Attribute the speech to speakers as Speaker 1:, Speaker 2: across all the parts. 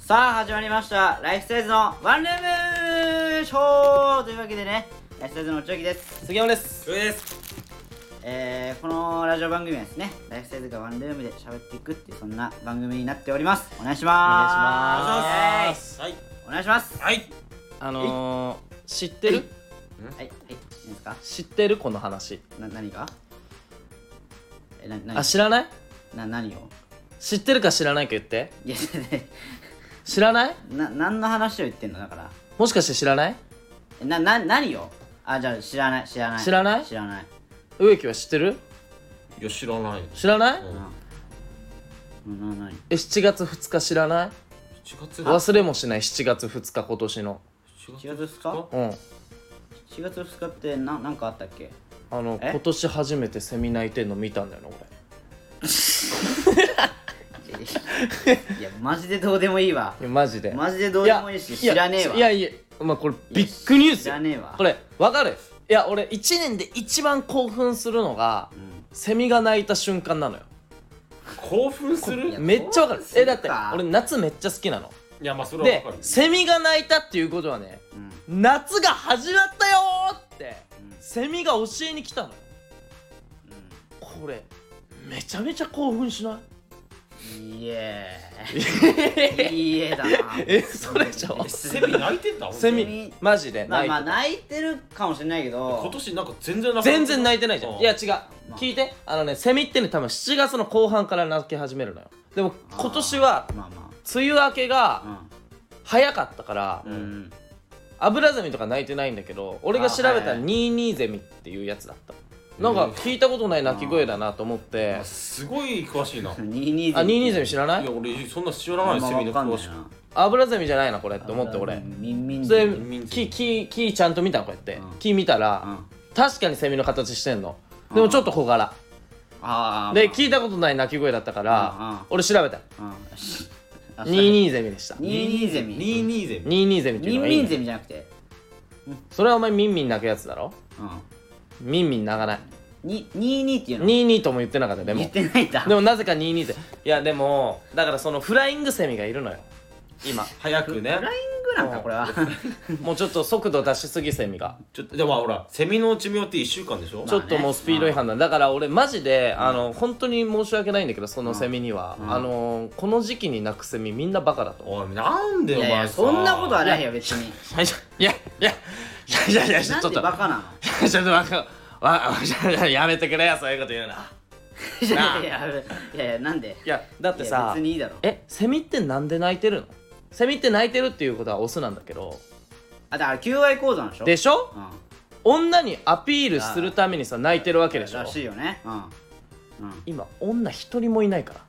Speaker 1: さあ始まりましたライフサイズのワンルームショーというわけでねライフサイズの内きです
Speaker 2: 杉山です
Speaker 3: 上です
Speaker 1: えー、このラジオ番組はですねライフサイズがワンルームで喋っていくっていうそんな番組になっておりますお願いしま
Speaker 2: あ
Speaker 1: す
Speaker 3: はい
Speaker 1: お願いします
Speaker 3: はい
Speaker 2: あのー、知ってる
Speaker 1: はいはい何ですか
Speaker 2: 知ってるこの話
Speaker 1: な何がえな何
Speaker 2: あ知らない
Speaker 1: な何を
Speaker 2: 知ってるか知らないか言って
Speaker 1: いや
Speaker 2: 知らない
Speaker 1: な何の話を言ってんのだから
Speaker 2: もしかして知らない
Speaker 1: えなな何をあじゃあ知らない知らない
Speaker 2: 知らない
Speaker 1: 知らない
Speaker 2: 植木は知ってる
Speaker 3: いや知らない
Speaker 2: 知らない、
Speaker 3: うん
Speaker 1: なな何
Speaker 2: え7月2日知らない
Speaker 3: 7月
Speaker 2: 忘れもしない7月2日今年の
Speaker 3: 7
Speaker 1: 4月2日
Speaker 2: うん
Speaker 1: 4月2日ってななんかあったっけ
Speaker 2: あの
Speaker 1: え
Speaker 2: 今年初めてセミ鳴いてんの見たんだよな俺
Speaker 1: いやマジでどうでもいいわ
Speaker 2: いやマジで
Speaker 1: マジでどうでもいいし知らねえわ
Speaker 2: いやいやいやまあこれビッグニュース
Speaker 1: 知
Speaker 2: よ
Speaker 1: らねえわ
Speaker 2: これわかるいや俺1年で一番興奮するのが、
Speaker 1: ん
Speaker 2: セミが鳴いた瞬間なのよ
Speaker 3: 興奮する
Speaker 1: いや
Speaker 2: めっちゃわかる
Speaker 1: そう
Speaker 2: えだって
Speaker 1: そうか
Speaker 2: 俺夏めっちゃ好きなの
Speaker 3: いやまあそれは
Speaker 2: で
Speaker 3: わかる
Speaker 2: セミが鳴いたっていうことはね
Speaker 1: うん
Speaker 2: 夏が始まったよーって
Speaker 1: うん
Speaker 2: セミが教えに来たのよ
Speaker 1: う
Speaker 2: これめちゃめちゃ興奮しない
Speaker 1: んいいえいいえだな
Speaker 2: えそれじゃあ
Speaker 3: セミ泣いてんだ
Speaker 2: セ
Speaker 1: セ
Speaker 2: ミ
Speaker 1: ミ
Speaker 2: マジで
Speaker 1: まあ
Speaker 2: 鳴い
Speaker 1: まあ
Speaker 2: てた
Speaker 1: 泣いてるかもしれないけど
Speaker 3: 今年なんか全然泣い
Speaker 2: 全然泣いてないじゃん
Speaker 3: う
Speaker 2: いや違う聞いてあのねセミってね多分7月の後半から鳴き始めるのよでも
Speaker 1: あー
Speaker 2: 今年は
Speaker 1: まあま
Speaker 2: 梅雨明けが
Speaker 1: あ
Speaker 2: 早かったから
Speaker 1: うん、うん、
Speaker 2: アブラゼミとか鳴いてないんだけど俺が調べ
Speaker 1: あ
Speaker 2: た
Speaker 1: はいはい
Speaker 2: 22ゼミっていうやつだったなんか聞いたことない鳴き声だなと思って
Speaker 3: あすごい詳しいない
Speaker 1: 22
Speaker 2: あ22ゼミ知らない
Speaker 3: や
Speaker 2: い
Speaker 3: 俺そんな知らないセミの詳しく
Speaker 2: アブラゼミじゃないなこれって思って俺
Speaker 1: みんみん
Speaker 2: それ
Speaker 3: ミンゼ
Speaker 2: 木
Speaker 3: ミ
Speaker 2: 木木ちゃんと見たのこうやって
Speaker 1: うん
Speaker 2: 木見たら確かにセミの形してんのでもちょっと小柄
Speaker 1: ああ
Speaker 2: で聞いたことない鳴き声だったから俺調べた
Speaker 1: 22
Speaker 2: 22ゼミでした
Speaker 1: ゼミ
Speaker 3: 22ゼミ
Speaker 2: 22ゼミっていう
Speaker 1: み
Speaker 2: の
Speaker 1: ん
Speaker 2: がいい
Speaker 1: みん
Speaker 2: ね
Speaker 1: ゼミじゃなくて
Speaker 2: それはお前ミンミン鳴くやつだろ
Speaker 1: うん
Speaker 2: ミンミン鳴かない
Speaker 1: に22っていうの
Speaker 2: 22とも言ってなかったで
Speaker 1: 言っ
Speaker 2: も
Speaker 1: てないんだ
Speaker 2: でもなぜか22っていやでもだからそのフライングセミがいるのよ今
Speaker 3: 早くね
Speaker 1: フライングなんかこれは
Speaker 2: もうちょっと速度出しすぎセミが
Speaker 3: ちょっとでもほらセミの寿命って1週間でしょ
Speaker 2: ちょっともうスピード違反だ、だから俺マジで、あの本当に申し訳ないんだけどそのセミには、あのこの時期に鳴くセミみんなバカだと思う
Speaker 3: おいなんでお
Speaker 1: いやい
Speaker 3: 前
Speaker 1: や
Speaker 3: さ
Speaker 1: そんなことはないよ別に
Speaker 2: いやいやいやいやいやちょ
Speaker 1: な
Speaker 2: っと
Speaker 1: ん
Speaker 2: ち
Speaker 1: で
Speaker 2: ょっ
Speaker 1: バ カなの
Speaker 2: とちょっとわかわわやめてくれよそういうこと言うない
Speaker 1: や いやいやいやなんで
Speaker 2: いやだって
Speaker 1: いや
Speaker 2: さ
Speaker 1: 別にいいだろ
Speaker 2: えセミってなんで鳴いてるのセミって鳴いてるっていうことはオスなんだけど
Speaker 1: あだから求愛構造なんでしょ
Speaker 2: で
Speaker 1: し
Speaker 2: しょ
Speaker 1: うん
Speaker 2: 女にアピールするためにさ泣いてるわけでしょ
Speaker 1: らしいよねうんうん
Speaker 2: 今女一人もいないから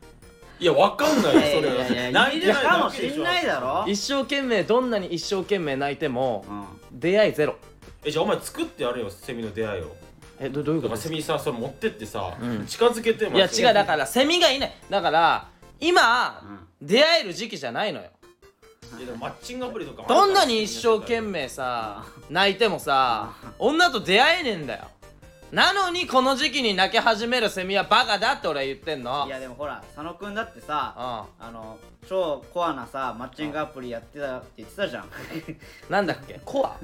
Speaker 3: いやわかんない
Speaker 1: い
Speaker 3: よ
Speaker 1: や
Speaker 3: そ
Speaker 1: いやいや
Speaker 3: れ
Speaker 1: い
Speaker 3: 泣
Speaker 1: や
Speaker 3: い
Speaker 1: い
Speaker 3: て
Speaker 1: る
Speaker 3: ない
Speaker 1: かも
Speaker 3: だけ
Speaker 1: し
Speaker 3: でし
Speaker 1: ん
Speaker 3: ょ
Speaker 1: ないだろ
Speaker 2: 一生懸命どんなに一生懸命泣いても
Speaker 1: うん
Speaker 2: 出会いゼロ
Speaker 3: えじゃあお前作ってやるよセミの出会いを
Speaker 2: えどどういう
Speaker 3: だ
Speaker 2: こ
Speaker 3: か
Speaker 2: と
Speaker 3: ら
Speaker 2: です
Speaker 3: セ
Speaker 2: か
Speaker 3: ミさそれ持ってってさ近づけて
Speaker 2: いや違うだからセミがいないだから今、出会える時期じゃないのよ
Speaker 3: らいやでもマッチングアプリとか
Speaker 2: どんなに一生懸命さ泣いてもさ女と出会えねえんだよなのにこの時期に泣き始めるセミはバカだって俺は言ってんの
Speaker 1: いやでもほら佐野くんだって
Speaker 2: う
Speaker 1: さ
Speaker 2: ん
Speaker 1: あの超コアなさマッチングアプリやってたって言ってたじゃん
Speaker 2: なんだっけコア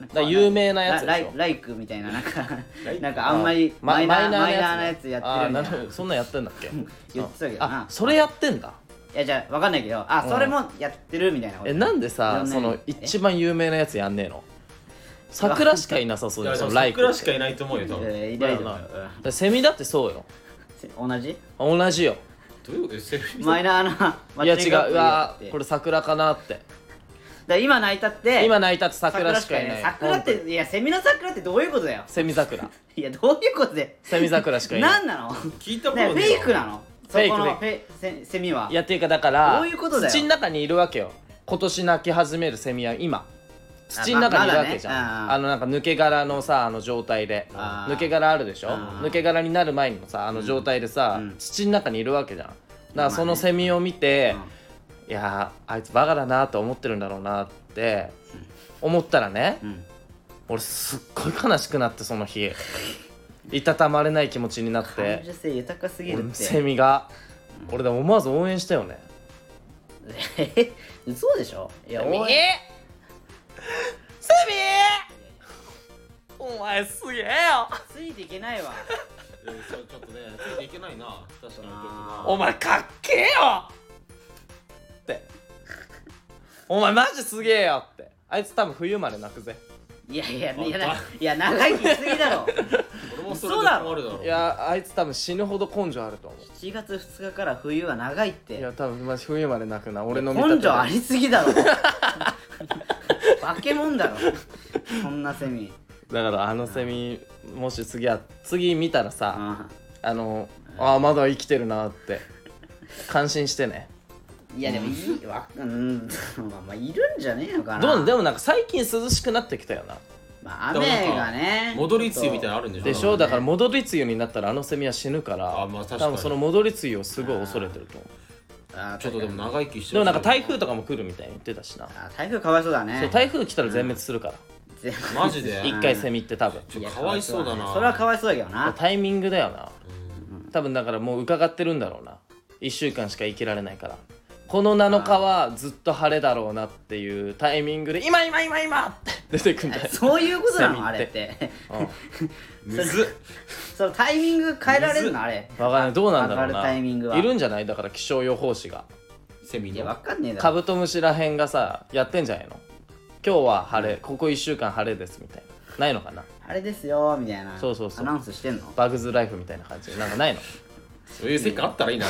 Speaker 2: だから有名なやつで
Speaker 1: ラ
Speaker 2: し
Speaker 1: イ
Speaker 2: ょ
Speaker 1: ライクみたいななんか
Speaker 3: ライク
Speaker 1: なんかあんまり
Speaker 2: ま
Speaker 1: マイナーマイナーな
Speaker 2: ね
Speaker 1: やつやってるみたい
Speaker 2: あーな
Speaker 1: な
Speaker 2: るほどそんなんやってんだっけ
Speaker 1: 言ってたけど
Speaker 2: あ
Speaker 1: な
Speaker 2: それやってんだ
Speaker 1: いやじゃあ分かんないけどあそれもやってるみたいなこと
Speaker 2: えなんでさ
Speaker 1: いや
Speaker 2: その
Speaker 1: ね
Speaker 2: 一番有名なやつやんねえの桜しかいなさそう
Speaker 3: い
Speaker 2: じゃん
Speaker 3: やで
Speaker 2: そ
Speaker 3: も
Speaker 2: のライクっ
Speaker 3: 桜
Speaker 2: て
Speaker 3: しかいないと思うよ多分
Speaker 1: えーいないと思う
Speaker 2: まあでセミだってそうよ
Speaker 1: うん同じ
Speaker 2: 同じよ
Speaker 3: どういうことセミ
Speaker 1: マイナーなマ
Speaker 2: いや
Speaker 1: ッ
Speaker 2: 違
Speaker 1: チングアプ
Speaker 2: う
Speaker 1: リ
Speaker 2: うわ
Speaker 1: って
Speaker 2: ーこれ桜かなって
Speaker 1: だから今泣いたって
Speaker 2: 今泣いたって桜しかいない
Speaker 1: 桜っていやセミの桜ってどういうことだよ
Speaker 2: セミ桜
Speaker 1: いやどういうことで
Speaker 2: セミ桜しか いない
Speaker 1: 何なの
Speaker 3: 聞いたこ
Speaker 1: ね
Speaker 3: と
Speaker 1: フェイクなのそこの
Speaker 2: フ
Speaker 1: フェイセセミはい
Speaker 2: やっていうかだから
Speaker 1: どういうことだよ
Speaker 2: 土の中にいるわけよ今年泣き始めるセミは今土の中にいるわけじゃん、
Speaker 1: ままだねうん
Speaker 2: あのなんか抜け殻のさあの状態で
Speaker 1: あー
Speaker 2: 抜け殻あるでしょ
Speaker 1: うん
Speaker 2: 抜け殻になる前にもさあの状態でさ、
Speaker 1: うん
Speaker 2: 土の中にいるわけじゃんだからそ
Speaker 1: まあ
Speaker 2: の
Speaker 1: ね
Speaker 2: セミを見て、
Speaker 1: うん
Speaker 2: いやーあいつバカだなと思ってるんだろうなって思ったらね、
Speaker 1: うん
Speaker 2: 俺すっごい悲しくなってその日いたたまれない気持ちになっ
Speaker 1: 感
Speaker 2: て
Speaker 1: 受性豊かすぎるっ
Speaker 2: 俺
Speaker 1: て
Speaker 2: セミが俺でも思わず応援したよね
Speaker 1: だえ 嘘でしょいや
Speaker 2: セ
Speaker 1: お
Speaker 2: ミ
Speaker 1: い
Speaker 2: セミお前すげえよ
Speaker 1: ついていけないわ
Speaker 3: うんそうちょっとねついていけないな確かに
Speaker 1: あ
Speaker 2: お前かっけえよってお前マジすげえよってあいつ多分冬まで泣くぜ
Speaker 1: いやいや
Speaker 3: あ
Speaker 1: いやないや長生きしすぎだろ
Speaker 3: 俺もそれで困るだろ
Speaker 2: いやあいつ多分死ぬほど根性あると思う
Speaker 1: 7月2日から冬は長いっ
Speaker 2: い
Speaker 1: て
Speaker 2: や多分マジ冬まで泣くな俺の見
Speaker 1: 根
Speaker 2: 立て
Speaker 1: 性ありすぎだ ろ化け物だろそんなセミ
Speaker 2: だからあのセミもし次あ次見たらさ
Speaker 1: あ
Speaker 2: あのあーまだ生きてるなって感心してね
Speaker 1: あいやでもいいわうんまあまあいるんじゃねえのかな
Speaker 2: どうでもなんか最近涼しくなってきたよな
Speaker 1: まあ雨がね
Speaker 3: 戻り梅雨みたいなのあ
Speaker 1: る
Speaker 3: るんでしょ
Speaker 2: でし
Speaker 1: そう
Speaker 2: ょ
Speaker 1: だね
Speaker 2: だから戻り梅雨になったらあのセミは死ぬから
Speaker 3: あまあ確かに
Speaker 2: 多分その戻り梅雨をすごい恐れてると思う
Speaker 3: ちょっとでも長生きして
Speaker 2: でもなんか台風とかも来るみたいに言ってたしな
Speaker 1: 台風かわいそうだね
Speaker 2: そう台風来たら全滅するから
Speaker 1: 全部
Speaker 3: マジで
Speaker 1: い
Speaker 2: 一回セミって多分
Speaker 3: ちょ
Speaker 1: や
Speaker 3: かわいそうだな
Speaker 1: それはかわいそうだけど な
Speaker 2: タイミングだよな
Speaker 3: うん
Speaker 2: 多分だからもう伺ってるんだろうな1週間しか生きられないからこの7日はずっと晴れだろうなっていうタイミングで今今今今って出てくんだよ
Speaker 1: あそういうことな
Speaker 2: セミ
Speaker 1: の
Speaker 2: って
Speaker 1: あれって
Speaker 2: うん
Speaker 3: むずっ
Speaker 1: そのタイミング変えられるのあれ
Speaker 2: わかんないどうなんだろう
Speaker 1: 上がるタイミング
Speaker 2: な
Speaker 1: はい
Speaker 2: るんじゃないだから気象予報士が
Speaker 3: セミ
Speaker 1: いや
Speaker 3: の
Speaker 1: わかんねえだ
Speaker 2: カ
Speaker 1: ろ
Speaker 2: ブトムシらへんがさやってんじゃないの今日は晴れここ1週間晴れですみたいなないのかな
Speaker 1: あれですよみたいな
Speaker 2: そうそうそう
Speaker 1: アナウンスしてんの
Speaker 2: バグズライフみたいな感じなんかないの
Speaker 3: そういう世界あったらいいな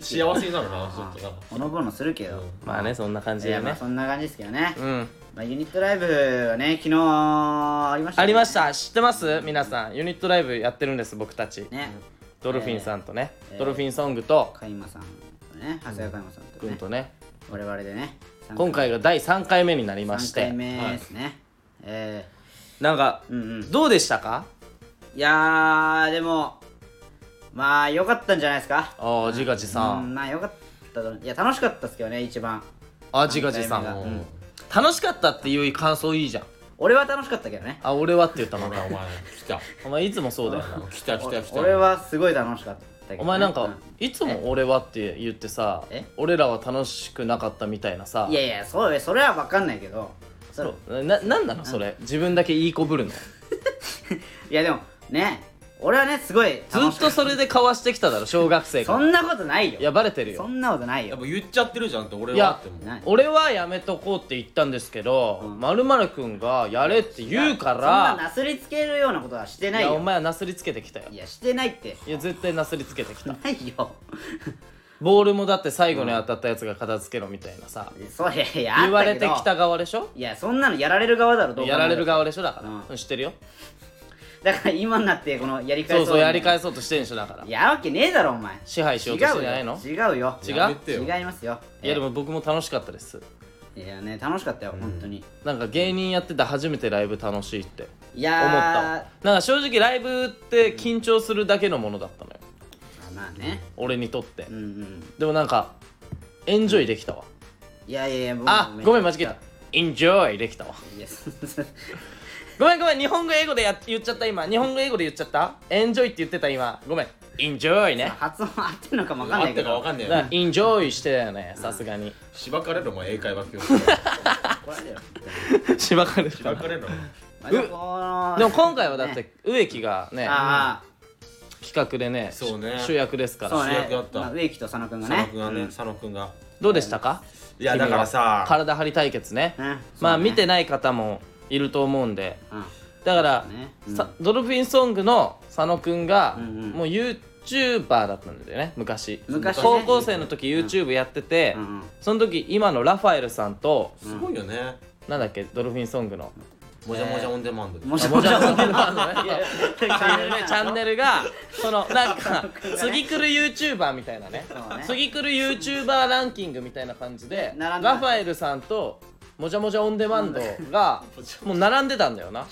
Speaker 3: 幸せになるなちょっとな
Speaker 1: ほのぼのするけど、
Speaker 2: まあねそんな感じ
Speaker 1: い
Speaker 2: で
Speaker 1: やま
Speaker 2: ね
Speaker 1: あそんな感じですけどね、
Speaker 2: うん
Speaker 1: まあ、ユニットライブはね昨日ありました
Speaker 2: あ
Speaker 1: ね
Speaker 2: りました知ってます皆さんユニットライブやってるんです僕たち
Speaker 1: ね
Speaker 2: ドルフィンさんとね
Speaker 1: えー
Speaker 2: ドルフィンソングと
Speaker 1: カイマさんとね長谷川カイマさんと
Speaker 2: くん
Speaker 1: ね
Speaker 2: とね
Speaker 1: 我々でね参加
Speaker 2: 今回が第3回目になりまし
Speaker 1: 3回
Speaker 2: て
Speaker 1: 目ですね、え
Speaker 2: なんか
Speaker 1: ー、うんうん
Speaker 2: どうでしたか
Speaker 1: いやーでもまあ良かったんじゃないですか
Speaker 2: ああジガジさ
Speaker 1: うん
Speaker 2: ん
Speaker 1: まあ良かったといや楽しかったですけどね一番
Speaker 2: あジガジさ
Speaker 1: 三回
Speaker 2: ん
Speaker 1: 目が
Speaker 3: うん
Speaker 2: 楽しかったっていう感想いいじゃん
Speaker 1: 俺は楽しかったけどね
Speaker 2: あ俺はって言ったま
Speaker 3: ほら
Speaker 2: た
Speaker 3: お前来た
Speaker 2: お前いつもそうだよな
Speaker 3: 来た来た来た
Speaker 1: 俺はすごい楽しかったけどね、
Speaker 2: お前なん
Speaker 1: う
Speaker 2: かいつも俺はって言ってさ
Speaker 1: え
Speaker 2: 俺らは楽しくなかったみたいなさ
Speaker 1: いやいやそうそれは分かんないけどそれ
Speaker 2: ななんなのそれ自分だけいい子ぶるのず
Speaker 1: いやでもね俺はねすごい楽
Speaker 2: っ
Speaker 1: しか
Speaker 2: と
Speaker 1: っ
Speaker 2: それで交わしてきただろ小学生
Speaker 1: た
Speaker 2: か
Speaker 1: そ
Speaker 2: ら
Speaker 1: んなことないよ
Speaker 2: いやバレてる
Speaker 1: そ
Speaker 2: よ
Speaker 1: んなことない
Speaker 3: やっ
Speaker 1: よ
Speaker 3: ぱ言っちゃってるじゃんって俺
Speaker 2: いや
Speaker 3: はっても
Speaker 1: ない
Speaker 2: 俺はやめとこうって言ったんですけど
Speaker 1: ん
Speaker 2: まるまるくんがやれって言うか
Speaker 1: そんな
Speaker 2: ら
Speaker 1: なすりつけるようなことはして
Speaker 2: い
Speaker 1: ない
Speaker 2: やお
Speaker 1: よ
Speaker 2: 前はなすりつけてきたよ
Speaker 1: いやしてないって
Speaker 2: いや絶対なすりつけてきた
Speaker 1: ないよ
Speaker 2: ボールもだって最後に当たったやつが片付けろみたいなさ
Speaker 1: それいやあったけど
Speaker 2: 言われてきた側でしょ
Speaker 1: いやそんなのやられる側だろどう考えて
Speaker 2: や
Speaker 1: も
Speaker 2: られる側でしょだから
Speaker 1: うん
Speaker 2: うん知ってるよ
Speaker 1: だから今になってこのやり返
Speaker 2: そうそうやり返
Speaker 1: す
Speaker 2: そうとしてんでしょだから
Speaker 1: いやわけねえだろお前
Speaker 2: 支配しようとしてんじゃないの
Speaker 1: 違うよ違うよ
Speaker 2: 違う
Speaker 3: やめてよ
Speaker 1: 違いますよ
Speaker 2: いやでも僕も楽しかったです
Speaker 1: いやね楽しかったよ、本当に
Speaker 2: なんか芸人やってて初めてライブ楽しいって
Speaker 1: い
Speaker 2: 思ったわ
Speaker 1: や
Speaker 2: なんか正直ライブって緊張するだけのものだったのよ
Speaker 1: ーまあね
Speaker 2: 俺にとって
Speaker 1: うんうん
Speaker 2: でもなんかエンジョイできたわ
Speaker 1: いやいやいや僕も
Speaker 2: あごめん間違えたエンジョイできたわ
Speaker 1: いや そそ
Speaker 2: ごめんごめん日本語英語でや言っちゃった今日本語英語で言っちゃったエンジョイって言ってた今ごめんエンジョイね
Speaker 1: 発音合ってんのかもわかん
Speaker 3: あ
Speaker 1: な
Speaker 3: っ
Speaker 1: いけ
Speaker 3: たか
Speaker 1: ど
Speaker 3: わかんねえ
Speaker 2: だから
Speaker 3: な
Speaker 2: エンジョイしてたよねさすがに
Speaker 3: しばかれろお前英会話教
Speaker 1: 怒られるよ
Speaker 2: しばかれ
Speaker 3: したば
Speaker 2: な
Speaker 3: かれろ
Speaker 1: まあでもこの
Speaker 2: でも今回はだっ
Speaker 1: ね
Speaker 2: て植木がね
Speaker 1: あ
Speaker 2: 企画でね
Speaker 3: そうね
Speaker 2: 主役です
Speaker 1: あ
Speaker 2: か
Speaker 1: そう
Speaker 2: ら
Speaker 1: ね
Speaker 3: 主役だった
Speaker 1: まあ植木と佐野くんが
Speaker 3: 佐野
Speaker 1: ね
Speaker 3: くんがね佐野くんが
Speaker 2: どうでしたか
Speaker 3: いやだからさ
Speaker 2: 君は体張り対決ね
Speaker 1: うん
Speaker 2: まあ
Speaker 1: そうね
Speaker 2: 見てない方もいると思うんで
Speaker 1: うん
Speaker 2: だから、
Speaker 1: ねうん
Speaker 2: さドルフィンソングの佐野くんが、
Speaker 1: うんうん
Speaker 2: もう YouTuber だったんだよね昔
Speaker 1: 昔ね
Speaker 2: 高校生の時 YouTube やってて、
Speaker 1: うんうん
Speaker 2: その時今のラファエルさんと
Speaker 3: すごいよね
Speaker 2: なんだっけドルフィンソン グの
Speaker 3: もじゃもじゃオンデマンドで
Speaker 1: もし
Speaker 2: あも
Speaker 1: も
Speaker 2: じ
Speaker 1: し
Speaker 2: ゃ
Speaker 1: も
Speaker 2: も
Speaker 1: し
Speaker 2: じゃのねチャンネル ねチャン
Speaker 1: ル
Speaker 2: ネルがその なんか
Speaker 1: 佐野くんがね
Speaker 2: 次来る YouTuber みたいなね
Speaker 1: そうね
Speaker 2: 次来る YouTuber ランキングみたいな感じで
Speaker 1: 並んで
Speaker 2: ラファエルさんともじゃもじゃオンデマンドがもう並んでたんだよな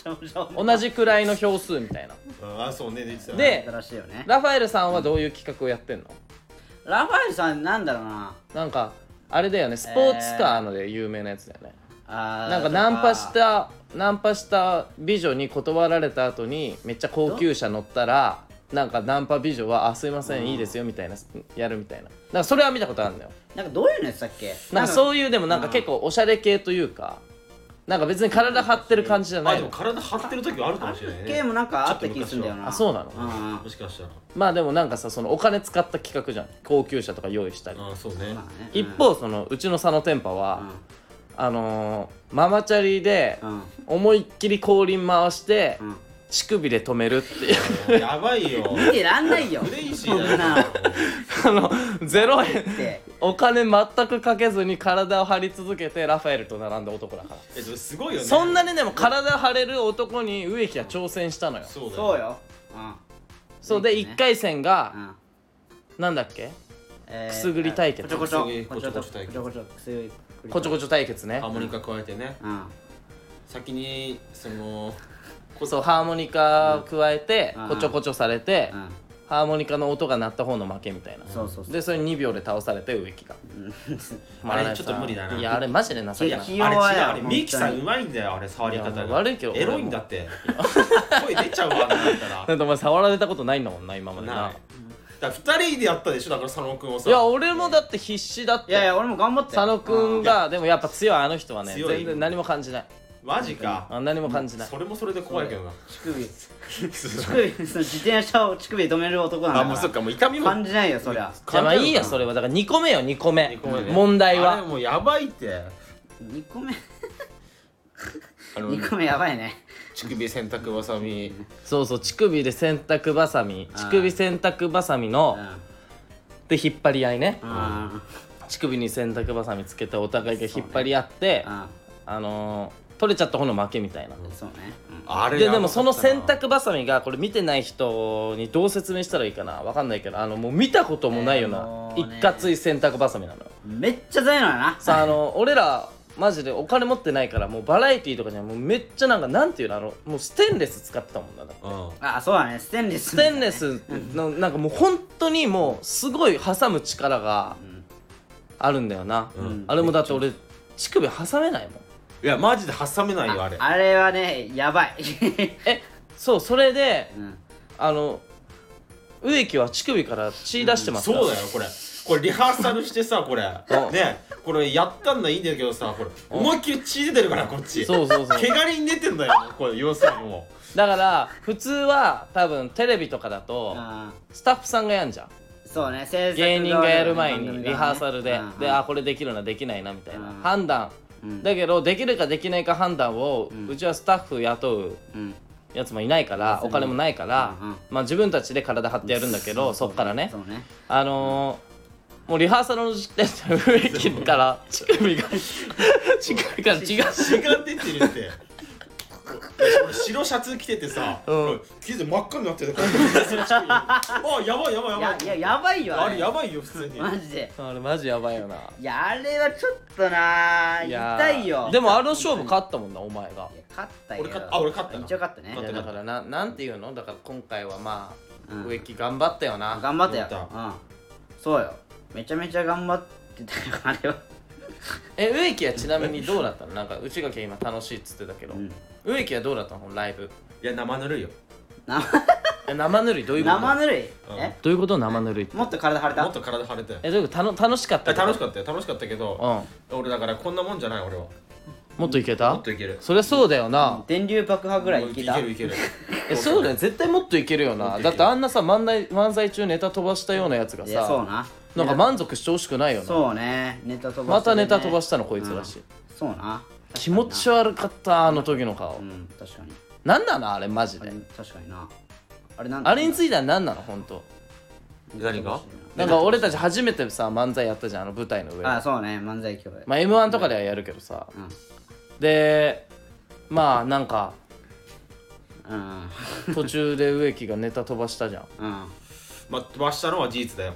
Speaker 2: 同じくらいの票数みたいな
Speaker 3: うんあそうねできた
Speaker 2: で
Speaker 1: 新しいよね
Speaker 2: ラファエルさんはどういう企画をやってんの
Speaker 1: ラファエルさんなんだろうな
Speaker 2: なんかあれだよねスポーツカーので有名なやつだよね、
Speaker 1: あー
Speaker 2: なんかナンパしたナンパした美女に断られた後にめっちゃ高級車乗ったらなんかナンパ美女は「あすいませんいいですよ」みたいなやるみたいななんかそれは見たことあるんだよ
Speaker 1: なんかどういうのやってたっけ
Speaker 2: なんかそう
Speaker 1: いう
Speaker 2: いうでもなんか結構おしゃれ系というかなんか別に体張ってる感じじゃな
Speaker 3: あ
Speaker 2: い
Speaker 3: でも体張ってる時はあるかもしれない
Speaker 1: ゲー
Speaker 3: ね
Speaker 1: ムなんかあった気がするんだよな
Speaker 2: あそうなの
Speaker 1: うんうん
Speaker 3: もしかしたら
Speaker 2: まあでもなんかさそのお金使った企画じゃん高級車とか用意したり
Speaker 3: あそうね
Speaker 1: まあね
Speaker 2: 一方そのうちの佐野店舗
Speaker 1: うん
Speaker 2: はあのーママチャリで
Speaker 1: うん
Speaker 2: 思いっきり後輪回して
Speaker 1: うん
Speaker 2: 乳首で止めるっていう
Speaker 3: やばいよ
Speaker 1: 見てらんない よ
Speaker 3: クレイジ
Speaker 1: そん
Speaker 3: ーだ
Speaker 1: な
Speaker 3: よ
Speaker 1: の
Speaker 2: あの0
Speaker 1: っ
Speaker 2: 円
Speaker 1: て
Speaker 2: お金全くかけずに体を張り続けてラファエルと並んだ男だから
Speaker 3: えでもすごいよね
Speaker 2: そんなにでも体張れる男に植木は挑戦したのよ
Speaker 3: そうだ
Speaker 1: そう
Speaker 3: よ
Speaker 1: よう
Speaker 2: そうで
Speaker 1: いいね
Speaker 2: 1回戦
Speaker 1: ん
Speaker 2: が
Speaker 1: うん
Speaker 2: なんだっけ
Speaker 1: えー
Speaker 2: くすぐり対決
Speaker 1: こちょこちょ
Speaker 3: こちょこちょ対
Speaker 1: こ
Speaker 3: 決
Speaker 1: ちょこちょくすぐり
Speaker 2: こちょこちょ対決ね
Speaker 3: ハーモニカ加えてね
Speaker 1: うん
Speaker 3: 先にその
Speaker 2: そうハーモニカ加えて
Speaker 1: うん
Speaker 2: こちょこちょされて
Speaker 1: うん
Speaker 2: ハーモニカの音が鳴った方の負けみたいな
Speaker 1: そうそうそう
Speaker 2: でそれ2秒で倒されて植木が
Speaker 3: あれ
Speaker 2: マライさん
Speaker 3: ちょっと無理だない
Speaker 2: やあれマジで情け
Speaker 1: い
Speaker 2: な
Speaker 1: や
Speaker 2: い
Speaker 1: 器
Speaker 3: あ
Speaker 1: 用
Speaker 3: れ違う
Speaker 1: は
Speaker 3: あ
Speaker 1: や
Speaker 3: れミキさんう
Speaker 1: 本
Speaker 3: まいんだよあれ触り方が
Speaker 2: いや悪いけど
Speaker 3: エロいんだって 声出ちゃうわあんなんだったら
Speaker 2: だ ってお前触られたことないんだもんな今まで
Speaker 3: な
Speaker 2: ない
Speaker 3: だから2人でやったでしょだから佐野くんをさ
Speaker 2: いや俺もだって必死だっ
Speaker 1: 当
Speaker 2: た
Speaker 1: にいやい
Speaker 2: よ
Speaker 1: や俺も頑張って
Speaker 2: 佐野くんがでもやっぱ強いあの人はね
Speaker 3: 強い
Speaker 2: 全然何も感じない
Speaker 3: マジか
Speaker 2: あ何も感じない
Speaker 3: それもそれで怖いけどな
Speaker 1: 乳首 乳首その自転車を乳首で止める男なんだ
Speaker 3: あ
Speaker 1: から
Speaker 3: もうそっかもう痛みも
Speaker 1: 感じないよそりゃ
Speaker 2: じゃあまあいいやそれはだから2個目よ2個目
Speaker 3: 二個目ね
Speaker 2: 問題
Speaker 3: あれ
Speaker 2: は
Speaker 3: もうやばいって
Speaker 1: 2個目
Speaker 3: あの
Speaker 1: 2個目やばいね
Speaker 3: 乳首洗濯ばさみ
Speaker 2: そうそう乳首で洗濯バサミ乳首洗濯バサミの
Speaker 1: う
Speaker 2: で引っ張り合いね
Speaker 1: んうん
Speaker 2: 乳首に洗濯バサミつけてお互いが引っ張り合って、
Speaker 1: う
Speaker 2: あのー取れちゃった方の負けみたいな、
Speaker 1: んそうね
Speaker 3: あれ
Speaker 2: で
Speaker 3: やば
Speaker 2: で
Speaker 3: か
Speaker 2: も
Speaker 3: った
Speaker 2: そ
Speaker 3: な
Speaker 2: の洗濯バサミがこれ見てない人にどう説明したらいいかなわかんないけどあのもう見たこともないよう
Speaker 1: え
Speaker 2: な
Speaker 1: ーも、う
Speaker 2: 一
Speaker 1: ね
Speaker 2: 括い洗濯バサミなのよ
Speaker 1: うんめっちゃ強いのよな
Speaker 2: さああの俺らマジでお金持ってないからもうバラエティーとかじゃもうめっちゃなんかなんていうのあのもうステンレス使ってたもんなだって
Speaker 3: うん
Speaker 1: あそうだねステンレス
Speaker 2: ステンレスのなんかもう本当にもうすごい挟む力が
Speaker 1: ん
Speaker 2: あるんだよな、
Speaker 3: うん
Speaker 2: あれもだって俺乳首挟めないもん
Speaker 3: いやマジで挟めないよあれ
Speaker 1: あれはねやばい
Speaker 2: えそうそれで
Speaker 1: うん
Speaker 2: あの植木は乳首から血出してますから、
Speaker 3: そうだよこれこれリハーサルしてさこれ
Speaker 2: うん
Speaker 3: ねこれやったんだいいんだけどさこれ思いっきり血出てるからこっち
Speaker 2: そうそうそう
Speaker 3: 毛刈りに出てんだよこれ要するにもう
Speaker 2: だから普通は多分テレビとかだと
Speaker 1: あ
Speaker 2: スタッフさんがやんじゃん
Speaker 1: ーそうね制作
Speaker 2: 芸人がやる前にリハーサルで、であ
Speaker 1: こ
Speaker 2: これできるなできないなみたいな、
Speaker 1: うん
Speaker 2: 判断、
Speaker 1: うん
Speaker 2: だけどできるかできないか判断を、う
Speaker 1: うん
Speaker 2: ちはスタッフ雇う
Speaker 1: うん
Speaker 2: やつもいないから、
Speaker 1: うん
Speaker 2: お金もないから、
Speaker 1: うんうん
Speaker 2: まあ、自分たちで体張ってやるんだけど、そっからね
Speaker 1: そうね
Speaker 2: あのーもうリハーサルの時点で植木 から乳首が乳首から血が
Speaker 3: 血が出てるって俺白シャツ着ててさ、
Speaker 2: うん
Speaker 3: これ血で真っ赤になってるからあやばいやばい
Speaker 1: い
Speaker 3: やば
Speaker 1: や
Speaker 3: い
Speaker 1: いややばいよ
Speaker 3: あれや
Speaker 1: ば
Speaker 3: ばいよ普通に
Speaker 1: マジで
Speaker 2: あれマジやばいよない
Speaker 1: やあれはちょっとな
Speaker 2: や
Speaker 1: 痛いよ
Speaker 2: でもあの勝負勝ったもんなお前が
Speaker 1: いや勝ったよ
Speaker 3: 俺勝ったあ俺勝ったな
Speaker 1: 一応勝ったね
Speaker 2: いやだからななんていうのだから今回はまあ、
Speaker 1: うん
Speaker 2: 植木頑張ったよな
Speaker 1: 頑張ったよ
Speaker 3: 勝っ
Speaker 1: うんそうよめちゃめちゃ頑張ってたよあれは
Speaker 2: え植木はちなみにどうだったのなんか内垣今楽しいっつってたけど、
Speaker 1: ん
Speaker 2: 植木はどうだったのこのライブ
Speaker 3: いや生ぬるいよ
Speaker 1: 生
Speaker 2: え生ぬるいどういうこと
Speaker 1: 生ぬるい
Speaker 3: うん
Speaker 1: え
Speaker 2: どういうこと生ぬるいって
Speaker 1: もっと体張れた
Speaker 3: もっと体腫れて
Speaker 2: えどういうことたの楽しかった
Speaker 3: え楽し
Speaker 2: っ
Speaker 3: かったよ楽しかったけど、
Speaker 2: うん
Speaker 3: 俺だからこんなもんじゃない俺は
Speaker 2: もっといけた
Speaker 3: もっといける
Speaker 2: そりゃそうだよな、
Speaker 1: 電流爆破ぐらいいけた
Speaker 3: もういけるいける
Speaker 2: えそうだよ絶対もっといけるよ
Speaker 3: もっ
Speaker 2: な
Speaker 3: といけ
Speaker 2: だ
Speaker 3: る
Speaker 2: ってあんなさ漫才漫才中ネタ飛ばしたようなやつが
Speaker 1: いやそう
Speaker 2: さ
Speaker 1: な
Speaker 2: なんか満足してほしくないよな
Speaker 1: そうねネタ飛ばしてね
Speaker 2: またネタ飛ばしたのこいつらしい、
Speaker 1: そうな
Speaker 2: 気持ち
Speaker 1: は
Speaker 2: 悪かったあの時の顔、
Speaker 1: うん確かに
Speaker 2: なんなのあれマジ
Speaker 1: あ
Speaker 2: で
Speaker 1: れ確かになあれなん
Speaker 2: あれにつ
Speaker 1: いて
Speaker 2: いては何なの本当
Speaker 3: 何が
Speaker 2: なんか俺たち初めてさ漫才やったじゃんあの舞台の上で
Speaker 1: あそうね漫才協会
Speaker 2: まあ、m 1とかではやるけどさ、でまあなんか
Speaker 1: うん
Speaker 2: 途中で植木がネタ飛ばしたじゃん
Speaker 1: うん
Speaker 3: まあ飛ばしたのは事実だよ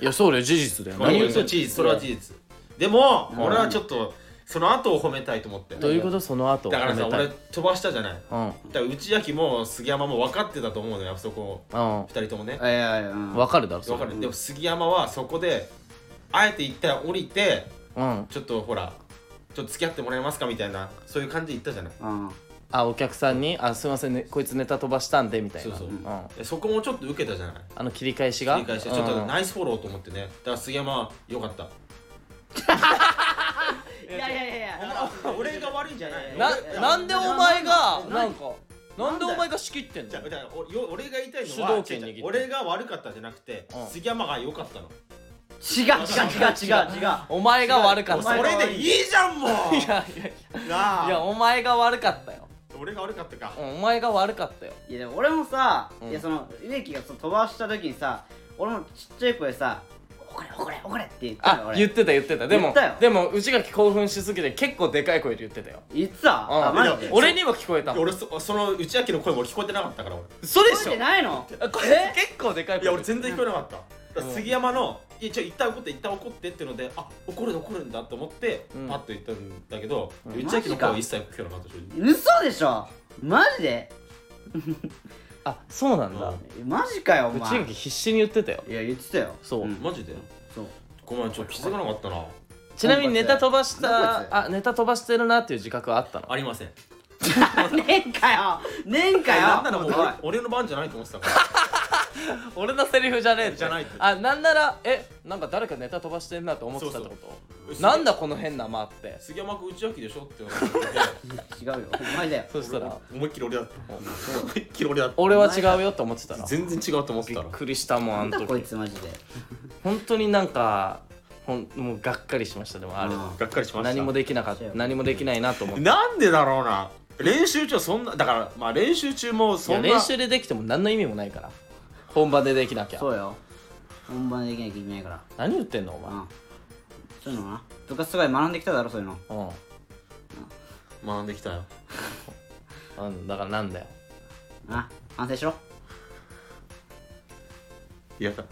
Speaker 2: いやそうだよ事実だよ
Speaker 3: まあ
Speaker 2: 何言
Speaker 3: 言
Speaker 2: ってん
Speaker 3: うと
Speaker 2: の
Speaker 3: 事実それは事実でも俺はちょっとその後を褒めたいと思って
Speaker 2: どういうことその後
Speaker 3: だからさ
Speaker 2: 褒めたい
Speaker 3: 俺飛ばしたじゃないだ
Speaker 2: うん
Speaker 3: から内垣も杉山も分かってたと思うのよそこ
Speaker 2: うん
Speaker 3: 二人ともね
Speaker 1: いやいやうん
Speaker 2: 分かるだろそ
Speaker 3: 分
Speaker 2: れ
Speaker 3: かるでも杉山はそこであえて一旦降りて
Speaker 2: うん
Speaker 3: ちょっとほらちょっと付き合ってもらえますかみたいなそういう感じで言ったじゃない
Speaker 1: うん
Speaker 2: あお客さんに「あすいませんねこいつネタ飛ばしたんで」みたい
Speaker 3: そう
Speaker 2: な
Speaker 3: そう、
Speaker 2: んあ
Speaker 3: えそこもちょっと受けたじゃない
Speaker 2: の切り返しが
Speaker 3: 理解してちょっ
Speaker 2: う
Speaker 3: と
Speaker 2: ん
Speaker 3: ナイスフォローと思ってねだから杉山よかった
Speaker 1: いやいやいやいや
Speaker 3: 俺が悪いんじゃない
Speaker 2: ななんでお前が
Speaker 1: な
Speaker 2: なんかなんでお前が仕切ってん
Speaker 3: じゃ
Speaker 2: の
Speaker 3: あだからおよ俺が言いたいの
Speaker 2: 主
Speaker 3: は
Speaker 2: 導権握って
Speaker 3: 違う違う俺が悪かったんじゃなくて、
Speaker 2: うん
Speaker 3: 杉山が良かったの
Speaker 1: 違う違う違う違う違う
Speaker 2: お前が悪かっ
Speaker 1: お前
Speaker 2: た
Speaker 3: そ
Speaker 1: が悪
Speaker 3: れでいいじゃんもう
Speaker 2: いやいやい
Speaker 3: な
Speaker 2: や
Speaker 3: あ
Speaker 2: いやお前が悪かったよ
Speaker 3: 俺が悪かったか
Speaker 2: うんお前が悪かったよ
Speaker 1: いやでも俺もさ、
Speaker 2: うん
Speaker 1: いやその植木がその飛ばした時にさ俺もちっちゃい声でさ「怒れ怒れ怒れ」って言ったの
Speaker 2: あ
Speaker 1: 俺
Speaker 2: 言ってた言ってたで
Speaker 1: 言
Speaker 2: も
Speaker 1: ったよ
Speaker 2: でも内垣興奮しすぎて結構でかい声で言ってたよ
Speaker 1: 言ってた
Speaker 2: うん
Speaker 1: あマジで
Speaker 2: 俺にも聞こえたもん
Speaker 3: 俺そその内明の声も俺聞こえてなかったから俺
Speaker 2: 嘘でし
Speaker 1: 覚
Speaker 2: ょ
Speaker 1: えてないの
Speaker 2: あこれ結構でかい
Speaker 3: いや
Speaker 2: 声
Speaker 3: 俺全然聞こえなかった、だから杉山の「いやちょ一旦怒って一旦怒って」っていうので「あ怒るんだ怒るんだ」と思って、
Speaker 2: うん
Speaker 3: パッと言ったんだけど、
Speaker 2: うん
Speaker 3: 内明の声は一切聞こえなかったし
Speaker 1: 嘘でしょマジで
Speaker 2: あそうなんだ
Speaker 3: うん
Speaker 1: えマジかよお
Speaker 2: 内
Speaker 1: 前
Speaker 2: 垣必死に言ってたよ
Speaker 1: いや言ってたよ
Speaker 2: そうん
Speaker 3: マジで
Speaker 1: そう
Speaker 3: ごめんちょっと気づかなかったな
Speaker 2: ちなみにネタ飛ばし
Speaker 1: なんだこい
Speaker 2: たあネタ飛ばしてるなっていう自覚はあったの
Speaker 3: ありません
Speaker 1: ねんかよねんかよ
Speaker 3: なんならもう
Speaker 1: おい
Speaker 3: 俺俺の番じゃないと思ってたから
Speaker 2: 俺のセリフじゃねえって
Speaker 3: じゃないって
Speaker 2: あなんならえなんか誰かネタ飛ばしてんなと思ってたってこと
Speaker 3: そうそう
Speaker 2: なんだこの変な間って
Speaker 3: 杉山君内明でしょって思っ
Speaker 1: 違
Speaker 3: て
Speaker 1: うよお前だよ
Speaker 2: そしたら
Speaker 3: 思いっきり俺だった思いっきり俺だった
Speaker 2: 俺は違うよって思ってたらびっ
Speaker 3: 全然違うと思ってたら
Speaker 2: くりしたもんあ
Speaker 1: なん
Speaker 2: の
Speaker 1: だこい
Speaker 2: 時
Speaker 1: つマジで
Speaker 2: 本当になんかほんもうがっかりしましたでもあれ
Speaker 1: うん
Speaker 3: がっかりしました
Speaker 2: 何もできなかった何もできないなと思って
Speaker 3: なんでだろうな練習中そんなだからまあ練習中も
Speaker 2: い
Speaker 3: そ
Speaker 2: や
Speaker 3: んな
Speaker 2: 練習でできても何の意味もないから本番でできなきゃ
Speaker 1: そうよ本番できなきゃいけないから
Speaker 2: 何言ってんの
Speaker 1: う
Speaker 2: お
Speaker 1: んそういうのな部活とかで学んできただろそういうの
Speaker 2: 前うん
Speaker 3: 学んできたよ
Speaker 2: あのだからなんだよ
Speaker 1: な反省しろ
Speaker 3: いやだ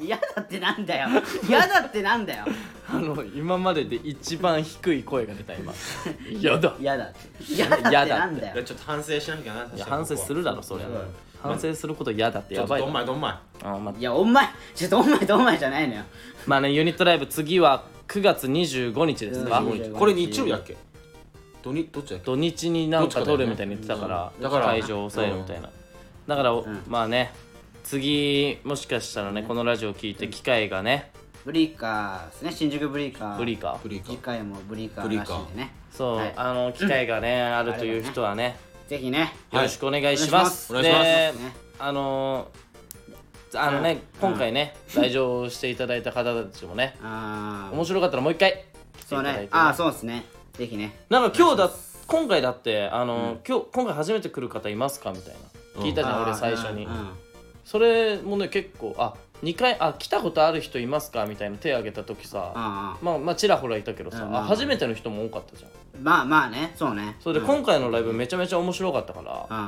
Speaker 1: 嫌だってなん だよ嫌だってなんだよ
Speaker 2: あの今までで一番低い声が出た今 やだ
Speaker 1: 嫌だって嫌だってなんだ
Speaker 3: いや
Speaker 1: よ
Speaker 3: ちょっと反省しなきゃな確か
Speaker 2: い
Speaker 3: に
Speaker 2: や反省するだろそりゃ
Speaker 1: そうだよ
Speaker 2: 反省すること嫌だって
Speaker 3: ちょ
Speaker 2: や
Speaker 3: っと
Speaker 2: ばいだ
Speaker 3: ど
Speaker 2: ろ
Speaker 3: んまいどんま
Speaker 2: あま
Speaker 1: いやお前ちょっとお前とお前じゃないのよ
Speaker 2: まあねユニットライブ次は9月25日ですか
Speaker 1: うん
Speaker 3: いこれ日曜日だっけ土日どっちだっけ
Speaker 2: 土日になんか
Speaker 3: どっちかだ
Speaker 2: 撮
Speaker 3: よね
Speaker 2: るみたいに言ってたから
Speaker 3: うんだから
Speaker 2: 会場を抑えるみたいなだから
Speaker 1: ん
Speaker 2: まあね次もしかしたらねこのラジオ聞いて機会がね
Speaker 1: ブリーカーですね新宿ブリーカー
Speaker 2: ブリーカ
Speaker 3: ブリーカ
Speaker 1: 次回もブリーカーらしいんでね
Speaker 2: そう
Speaker 1: はい
Speaker 2: あの機会がねあるという人はね
Speaker 1: ぜひね
Speaker 2: よろしくお願いします
Speaker 3: お願いします
Speaker 2: で
Speaker 1: お願いします
Speaker 2: あのーあのね今回ね来場していただいた方たちもね
Speaker 1: ああ
Speaker 2: 面白かったらもう一回来てい
Speaker 1: そう
Speaker 2: ただいて
Speaker 1: ねああそうですねぜひね
Speaker 2: なんか今日だ今回だってあの、今日今回初めて来る方いますかみたいな聞いたじゃん、
Speaker 1: あー
Speaker 2: 俺最初に、
Speaker 1: うんうん
Speaker 2: それもね結構あ二回あ来たことある人いますかみたいな手挙げた時さ、
Speaker 1: あ
Speaker 2: まあまあちらほらいたけどさ、
Speaker 1: うんうん
Speaker 2: あ初めての人も多かったじゃん
Speaker 1: あまあまあねそうね
Speaker 2: それで
Speaker 1: うん
Speaker 2: 今回のライブめちゃめちゃ面白かったから、
Speaker 1: うん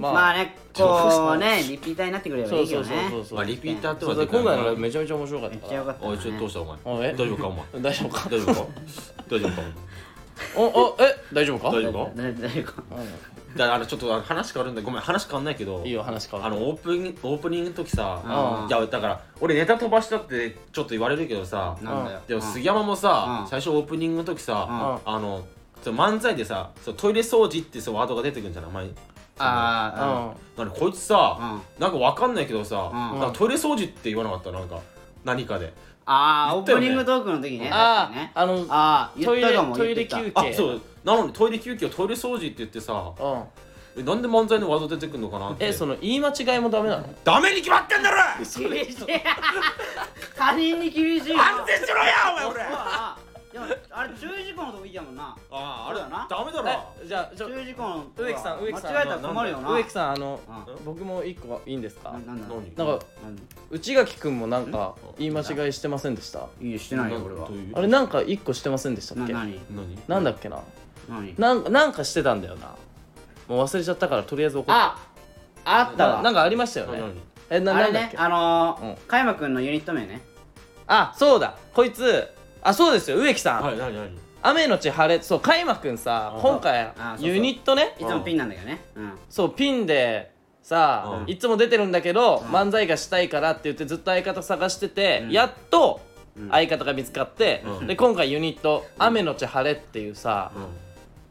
Speaker 2: まあ、
Speaker 1: まあねこうねリピーターになってくれれば
Speaker 2: そ
Speaker 1: いういけ
Speaker 2: そ
Speaker 1: ど
Speaker 2: うそうそう
Speaker 1: ね
Speaker 2: そう、
Speaker 3: まあリピーターって
Speaker 2: そ
Speaker 3: は
Speaker 2: うそう今回のライブめちゃめちゃ面白かっ
Speaker 1: め
Speaker 2: た
Speaker 1: っ
Speaker 2: か
Speaker 1: ちゃよからった
Speaker 3: おいちょっとどう
Speaker 1: し
Speaker 3: したお前
Speaker 2: おいえ
Speaker 3: 大丈夫かお前
Speaker 2: 大丈夫か
Speaker 3: 大丈夫か大丈夫か
Speaker 2: おおえ大丈夫か
Speaker 3: 大丈
Speaker 1: た
Speaker 3: 夫か
Speaker 1: 誰か
Speaker 3: だからあのちょっとあの話変わるんだけどごめん話変わんないけど
Speaker 2: いいよ話変わ
Speaker 3: あ
Speaker 2: る
Speaker 3: のオープニングオープニングの時
Speaker 1: う
Speaker 3: さ
Speaker 1: ん
Speaker 3: いやだから俺ネタ飛ばしたってちょっと言われるけどさ
Speaker 1: なんだよ
Speaker 3: でも
Speaker 1: うん
Speaker 3: 杉山もさ
Speaker 1: うん
Speaker 3: 最初オープニングの時さ
Speaker 2: う
Speaker 3: あのその漫才でさそのトイレ掃除ってそうワードが出てくるんじゃない前に
Speaker 1: あ
Speaker 2: うん
Speaker 3: なんかこいつさなんかわかんないけどさ
Speaker 1: うん
Speaker 3: なんかトイレ掃除って言わなかったなんか何かで
Speaker 1: あああ
Speaker 3: 言
Speaker 1: オー
Speaker 3: ったよ
Speaker 1: プ
Speaker 3: ね
Speaker 1: ニングトークの時ね
Speaker 2: あ
Speaker 1: 確かにね
Speaker 2: ああの
Speaker 1: ああ言
Speaker 2: トイ
Speaker 1: った
Speaker 2: レ
Speaker 1: かも
Speaker 2: トイレ
Speaker 1: 言ってた
Speaker 2: 休憩
Speaker 3: あそうなのにトイレ休憩をトイレ掃除って言ってさ
Speaker 2: うん
Speaker 3: えなんで漫才のワード出てくるのかなって
Speaker 2: えその言い間違いもダメなの
Speaker 3: ダメに決まってんだろ
Speaker 1: 厳しい他人に厳しいよ
Speaker 3: 反省しろよお前俺
Speaker 1: ああでもあれ注意事項の時やもんな
Speaker 3: ああ
Speaker 1: あ
Speaker 3: あ
Speaker 1: れ
Speaker 3: れ
Speaker 1: だな
Speaker 3: ダメだろ
Speaker 2: えじゃあちょ
Speaker 1: 注意事項の
Speaker 2: 植木さん植木さん
Speaker 1: 間違えたら困るよな
Speaker 2: 植木さんあの
Speaker 1: うん
Speaker 2: 僕も一個いいんですか
Speaker 1: ななんだ
Speaker 3: 何
Speaker 2: なんか内垣君もなんか言い間違いしてませんでした
Speaker 1: いいよしてないよ
Speaker 3: な
Speaker 1: 俺は
Speaker 3: どういう
Speaker 2: あれなんか一個してませんでしたっ
Speaker 1: な
Speaker 2: け
Speaker 1: 何
Speaker 3: 何
Speaker 2: なんだっけな
Speaker 1: 何
Speaker 2: なんかなんかしてたんだよなもう忘れちゃったからとりあえず怒っ
Speaker 1: ああった
Speaker 2: な
Speaker 1: わ
Speaker 2: なんかありましたよね
Speaker 3: 何
Speaker 2: えな
Speaker 1: あ
Speaker 2: な
Speaker 1: れ
Speaker 2: んだっ
Speaker 1: ね
Speaker 2: け
Speaker 1: あの
Speaker 2: うん
Speaker 1: ー加山くんのユニット名ね
Speaker 2: あそうだこいつあそうですよ植木さん
Speaker 3: はい何何
Speaker 2: 雨のち晴れそう海馬くんさ
Speaker 3: あ
Speaker 2: 今回
Speaker 1: あそうそう
Speaker 2: ユニットね
Speaker 1: いつもピンなんだけどねうん
Speaker 2: そうピンでさあ、
Speaker 3: うん
Speaker 2: いつも出てるんだけ
Speaker 1: ん
Speaker 2: ど、漫才がしたいからって言ってずっと相方探してて、
Speaker 1: うん
Speaker 2: やっと
Speaker 1: うん
Speaker 2: 相方が見つかって、
Speaker 3: うん
Speaker 2: で今回ユニット「雨のち晴れ」っていうさ、
Speaker 3: うん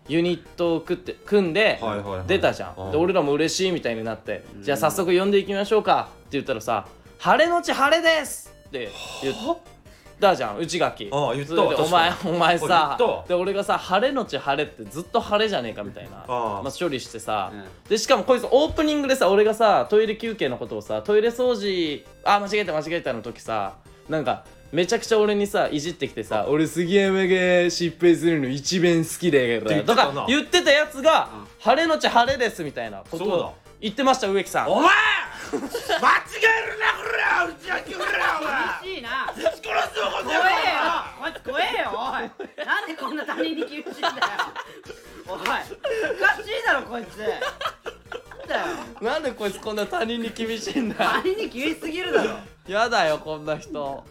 Speaker 2: ユニットをくって組んで
Speaker 3: はいはいはい
Speaker 2: 出たじゃん、
Speaker 3: うん
Speaker 2: で俺らも嬉しいみたいになって、
Speaker 1: うん
Speaker 2: じゃあ早速呼んでいきましょうかって言ったらさ「晴れのち晴れです!」って言ったじゃん内垣
Speaker 3: ああ言った
Speaker 2: それでお前
Speaker 3: 確か
Speaker 2: お
Speaker 3: に
Speaker 2: 前さ
Speaker 3: あ言った
Speaker 2: で俺がさ「晴れのち晴れ」ってずっと晴れじゃねえかみたいな
Speaker 3: ああ
Speaker 2: まあ、処理してさ、
Speaker 1: うん
Speaker 2: でしかもこいつオープニングでさ俺がさトイレ休憩のことをさトイレ掃除あ間違えた間違えたの時さなんかめちゃくちゃ俺にさいじってきてさ「俺杉山が失敗するの一番好きだか
Speaker 3: 言
Speaker 2: ら」
Speaker 3: って
Speaker 2: と
Speaker 3: たな
Speaker 2: か言ってたやつが
Speaker 1: うん
Speaker 2: 「晴れのち晴れです」みたいなこと
Speaker 3: そうだ
Speaker 2: を言ってました植木さん
Speaker 3: お前間違えるなこれうちはきこれお
Speaker 1: 厳
Speaker 3: 前
Speaker 1: しいな
Speaker 3: ぶち殺すよこん
Speaker 1: 怖
Speaker 3: な
Speaker 1: えよ
Speaker 3: やつ
Speaker 1: こいつ怖えよおいなんでこんな他人に厳しいんだよおいおかしいだろこいつなんだよ
Speaker 2: なんでこいつこんな他人に厳しいんだ
Speaker 1: 他人に厳しすぎるだろ
Speaker 2: やだよこんな人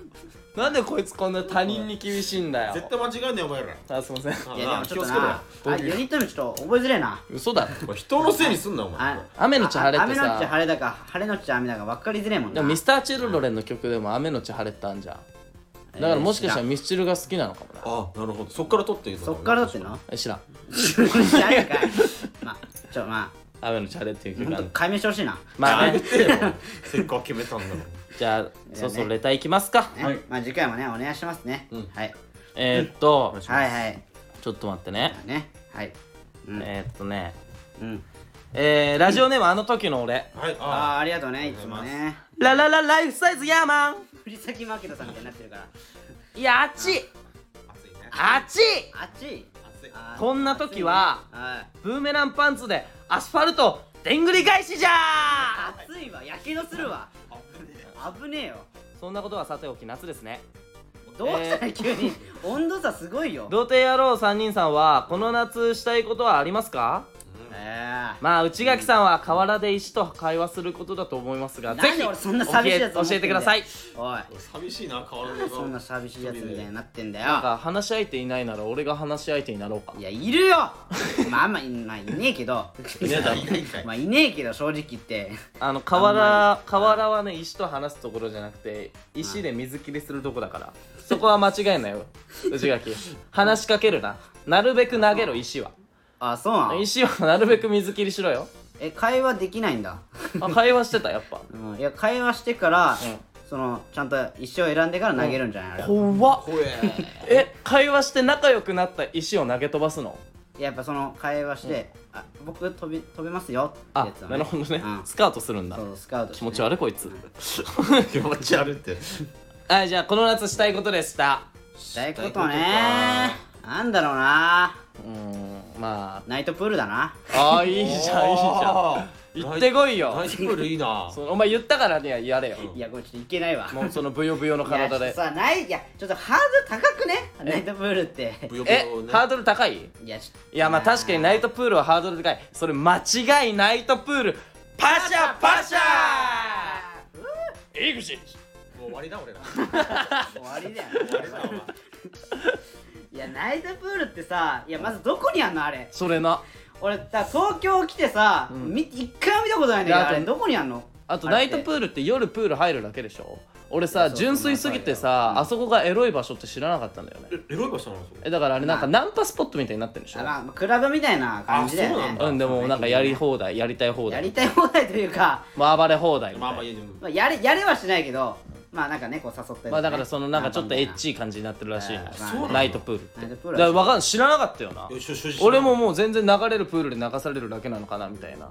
Speaker 2: なんでこいつこんな他人に厳しいんだよ
Speaker 3: 絶対間違えんねお前ら
Speaker 2: あすいません
Speaker 1: いやでもちょっと
Speaker 3: 気をつけろよ
Speaker 1: なあユニットのちょっと覚えづれえな
Speaker 2: 嘘だろ
Speaker 3: お前人のせいにすんなお前
Speaker 1: あ
Speaker 2: 雨のち晴れって
Speaker 1: あ雨のち
Speaker 2: さ
Speaker 1: 晴れだか晴れのち雨だか分かりづれえもん
Speaker 2: で
Speaker 1: な
Speaker 2: もミスターチルドレンの曲でも雨のち晴れってあんじゃん
Speaker 1: えー
Speaker 2: だからもしかしたら
Speaker 1: 知
Speaker 2: ミスチルが好きなのかもな
Speaker 3: あなるほどそっから取っていい
Speaker 1: らんそっからだって の
Speaker 2: え知らん
Speaker 1: 知らんのかいまあちょま
Speaker 2: 雨のチャレっていう
Speaker 1: あほん
Speaker 2: 曲があ
Speaker 1: と
Speaker 2: る
Speaker 1: 解明してほしいな
Speaker 2: まあ
Speaker 3: や め
Speaker 2: ね
Speaker 3: てよせっかく決めたんだ
Speaker 2: じゃあそろそろレターいきますか
Speaker 1: ね
Speaker 3: はい
Speaker 1: まあ次回もねお願いしますね
Speaker 3: うん
Speaker 1: はい
Speaker 2: えーっと
Speaker 1: はいはい
Speaker 2: ちょっと待ってね
Speaker 1: まあねはいうん
Speaker 2: えーっとね
Speaker 1: うん
Speaker 2: えーラジオネームあの時の俺
Speaker 3: もんはい
Speaker 1: あ
Speaker 3: あ
Speaker 1: あありがとうねいつも
Speaker 3: あり
Speaker 1: ね
Speaker 2: ラララライフサイズヤーマン
Speaker 1: 藤崎マーケットさんみたいになってるから
Speaker 2: いやあっち
Speaker 3: 熱いね
Speaker 2: あっ
Speaker 1: 熱
Speaker 2: ち
Speaker 1: い
Speaker 3: 熱い
Speaker 1: あー
Speaker 2: こんな時は
Speaker 1: 熱
Speaker 2: ブーメランパンツでアスファルトでんぐり返しじゃー
Speaker 1: いねはい熱いわやけどするわ危ねえよ
Speaker 2: そんなことはさておき夏ですね
Speaker 1: どうしたら急に温度差すごいよ
Speaker 2: 童貞野郎3人さんはこの夏したいことはありますか
Speaker 1: ええ
Speaker 2: まあ内垣さんは河原で石と会話することだと思いますが
Speaker 1: なん
Speaker 2: ぜ
Speaker 1: で
Speaker 2: ひ
Speaker 1: 俺そんな寂しいやつ
Speaker 2: 教え教えてください
Speaker 1: おい
Speaker 3: 寂しいな変わら
Speaker 1: そんな
Speaker 3: ず
Speaker 1: 寂しいやつみたいになってんだ
Speaker 2: なん
Speaker 1: よ
Speaker 2: か話し相手いないなら俺が話し相手になろうか
Speaker 1: いやいるよまああんまいまあいねえけど
Speaker 3: ねえだろいないんかい
Speaker 1: まあいねえけど正直言って
Speaker 2: あの河原河原はね石と話すところじゃなくて石で水切りするとこだからそこは間違いな いよ内垣話しかけるななるべく投げろ石は
Speaker 1: あそうなの
Speaker 2: 石はなるべく水切りしろよ
Speaker 1: え会話できないんだ
Speaker 2: あ会話してたやっぱ
Speaker 1: うんいや会話してから
Speaker 2: ん
Speaker 1: そのちゃんと一生選んでから投げるんじゃないあれは
Speaker 2: 怖っ
Speaker 3: 怖え
Speaker 2: え会話して仲良くなった石を投げ飛ばすの
Speaker 1: やっぱその会話して、あ僕飛び飛べますよって
Speaker 2: あ
Speaker 1: やつを
Speaker 2: なるほどね
Speaker 1: うん
Speaker 2: スカウトするんだ
Speaker 1: そうスカウトして
Speaker 2: 気持ち悪いこいつ
Speaker 3: 気持ち悪いって
Speaker 2: はいじゃあこの夏したいことでした
Speaker 1: したいことねなんだろうな
Speaker 2: うーんま
Speaker 1: ナイトプールだな
Speaker 2: ああーいいじゃんいいじゃん
Speaker 3: い
Speaker 2: 行ってこいよ
Speaker 3: ナイスプールいいな
Speaker 2: そのお前言ったからにはやれよ
Speaker 1: いやこれちょっといけないわ
Speaker 2: もうそのブヨブヨの体
Speaker 1: いや
Speaker 2: で
Speaker 1: さないいやちょっとハードル高くねナイトプールって
Speaker 3: ブヨブ
Speaker 2: え
Speaker 3: ヨね
Speaker 2: ハードル高い
Speaker 1: いやちょっと
Speaker 2: いやまあ確かにナイトプールはハードル高いそれ間違いナイトプールパシャパシャエグジット
Speaker 3: もう終わりだ俺ら
Speaker 1: 終わりだよ
Speaker 3: 終わりだお前
Speaker 1: いやナイトプールってさいやまずどこにあんのあれ
Speaker 2: それな
Speaker 1: 俺さ東京来てさ、み一回も見たことないんだけ
Speaker 2: い
Speaker 1: ど
Speaker 2: や
Speaker 1: あ
Speaker 2: あと
Speaker 1: れどこにあんの
Speaker 2: あとナイトプ
Speaker 1: ル
Speaker 2: ールって夜プール入るだけでしょ俺
Speaker 1: い
Speaker 2: さ
Speaker 1: やそう
Speaker 2: 純粋すぎてさあそこがエロい場所って知らなかったんだよね
Speaker 3: エロい場所なのそ
Speaker 2: えだからあれなんかナンパスポットみたいになってるでしょ
Speaker 1: あ、まあ、クラブみたいな感じだよ
Speaker 3: あそうなん
Speaker 1: ね
Speaker 3: だ
Speaker 2: うんでもなんかやり放題やりたい放
Speaker 1: やり
Speaker 2: 題
Speaker 1: たい放題というか、
Speaker 2: まあ暴れ放題み
Speaker 3: ま
Speaker 2: たいな
Speaker 3: あまあいいじゃん
Speaker 1: まあ、やれやれはしないけどまあなんかねこう誘ったりとかね
Speaker 2: まあだからそのなんかちょっとエッ
Speaker 1: い
Speaker 2: チい感じになってるらしいのよ
Speaker 1: あそうなんだ
Speaker 2: ナイトプールって
Speaker 1: ナイトプー
Speaker 2: だ
Speaker 1: ル
Speaker 2: から
Speaker 1: は
Speaker 2: わかん知らなかったよな
Speaker 3: よしよしよし
Speaker 2: 俺ももう全然流れるプールで流されるだけなのかなみ たいな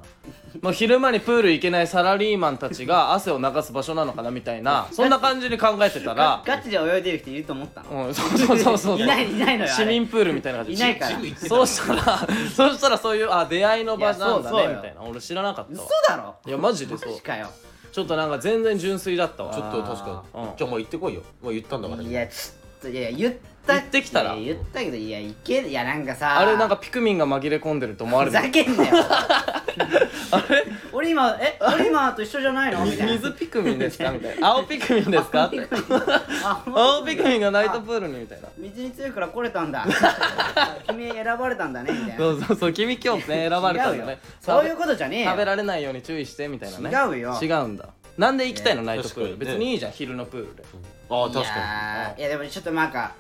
Speaker 2: もう昼間にプール行けないサラリーマンたちが汗を流す場所なのかなみた いなそんな感じに考えてたら
Speaker 1: ガチで泳いでる人いると思ったの、
Speaker 2: うんそうそうそうそう
Speaker 1: いないいないのよあれ
Speaker 2: 市民プールみたいな感じ
Speaker 1: いないから
Speaker 3: ジム行ってた
Speaker 2: そうしたらそうしたらそういうあ出会いの場なんだ
Speaker 1: いやそうそう
Speaker 2: ね
Speaker 1: よ
Speaker 2: みたいな俺知らなかった
Speaker 1: 嘘
Speaker 2: わ
Speaker 1: だろ
Speaker 2: いやマジでそう
Speaker 1: マジかよ
Speaker 2: ちょっとなんか全然純粋だったわ
Speaker 3: ちょっと確かに、
Speaker 2: うん
Speaker 3: じゃあもう行ってこいよもう言ったんだから
Speaker 1: いやちょっといや言った
Speaker 2: 言ってきたら
Speaker 1: いや言ったけどいやいけるいやなんかさ
Speaker 2: あれなんかピクミンが紛れ込んでると思わ
Speaker 1: ふ
Speaker 2: れ
Speaker 1: ざ
Speaker 2: る
Speaker 1: けん なよ俺今え俺今と一緒じゃないのみたいな
Speaker 2: 水ピクミンですかみたいな 青ピクミンですかって
Speaker 1: あ
Speaker 2: 青ピクミンがナイトプールにみたいな
Speaker 1: 水に強いから来れたんだ君選ばれたんだねみたいな
Speaker 2: そうそうそう君今日ね選ばれたんだ
Speaker 1: 違うよ
Speaker 2: ね
Speaker 1: そういうことじゃねえよ
Speaker 2: 食べられないように注意してみたいなね
Speaker 1: 違うよ
Speaker 2: 違うんだなんで行きたいのナイトプール
Speaker 3: 確かにね
Speaker 2: 別にいいじゃん昼のプールで
Speaker 3: ああ
Speaker 1: い
Speaker 3: 確かに
Speaker 1: やーいやでもちょっとなんか、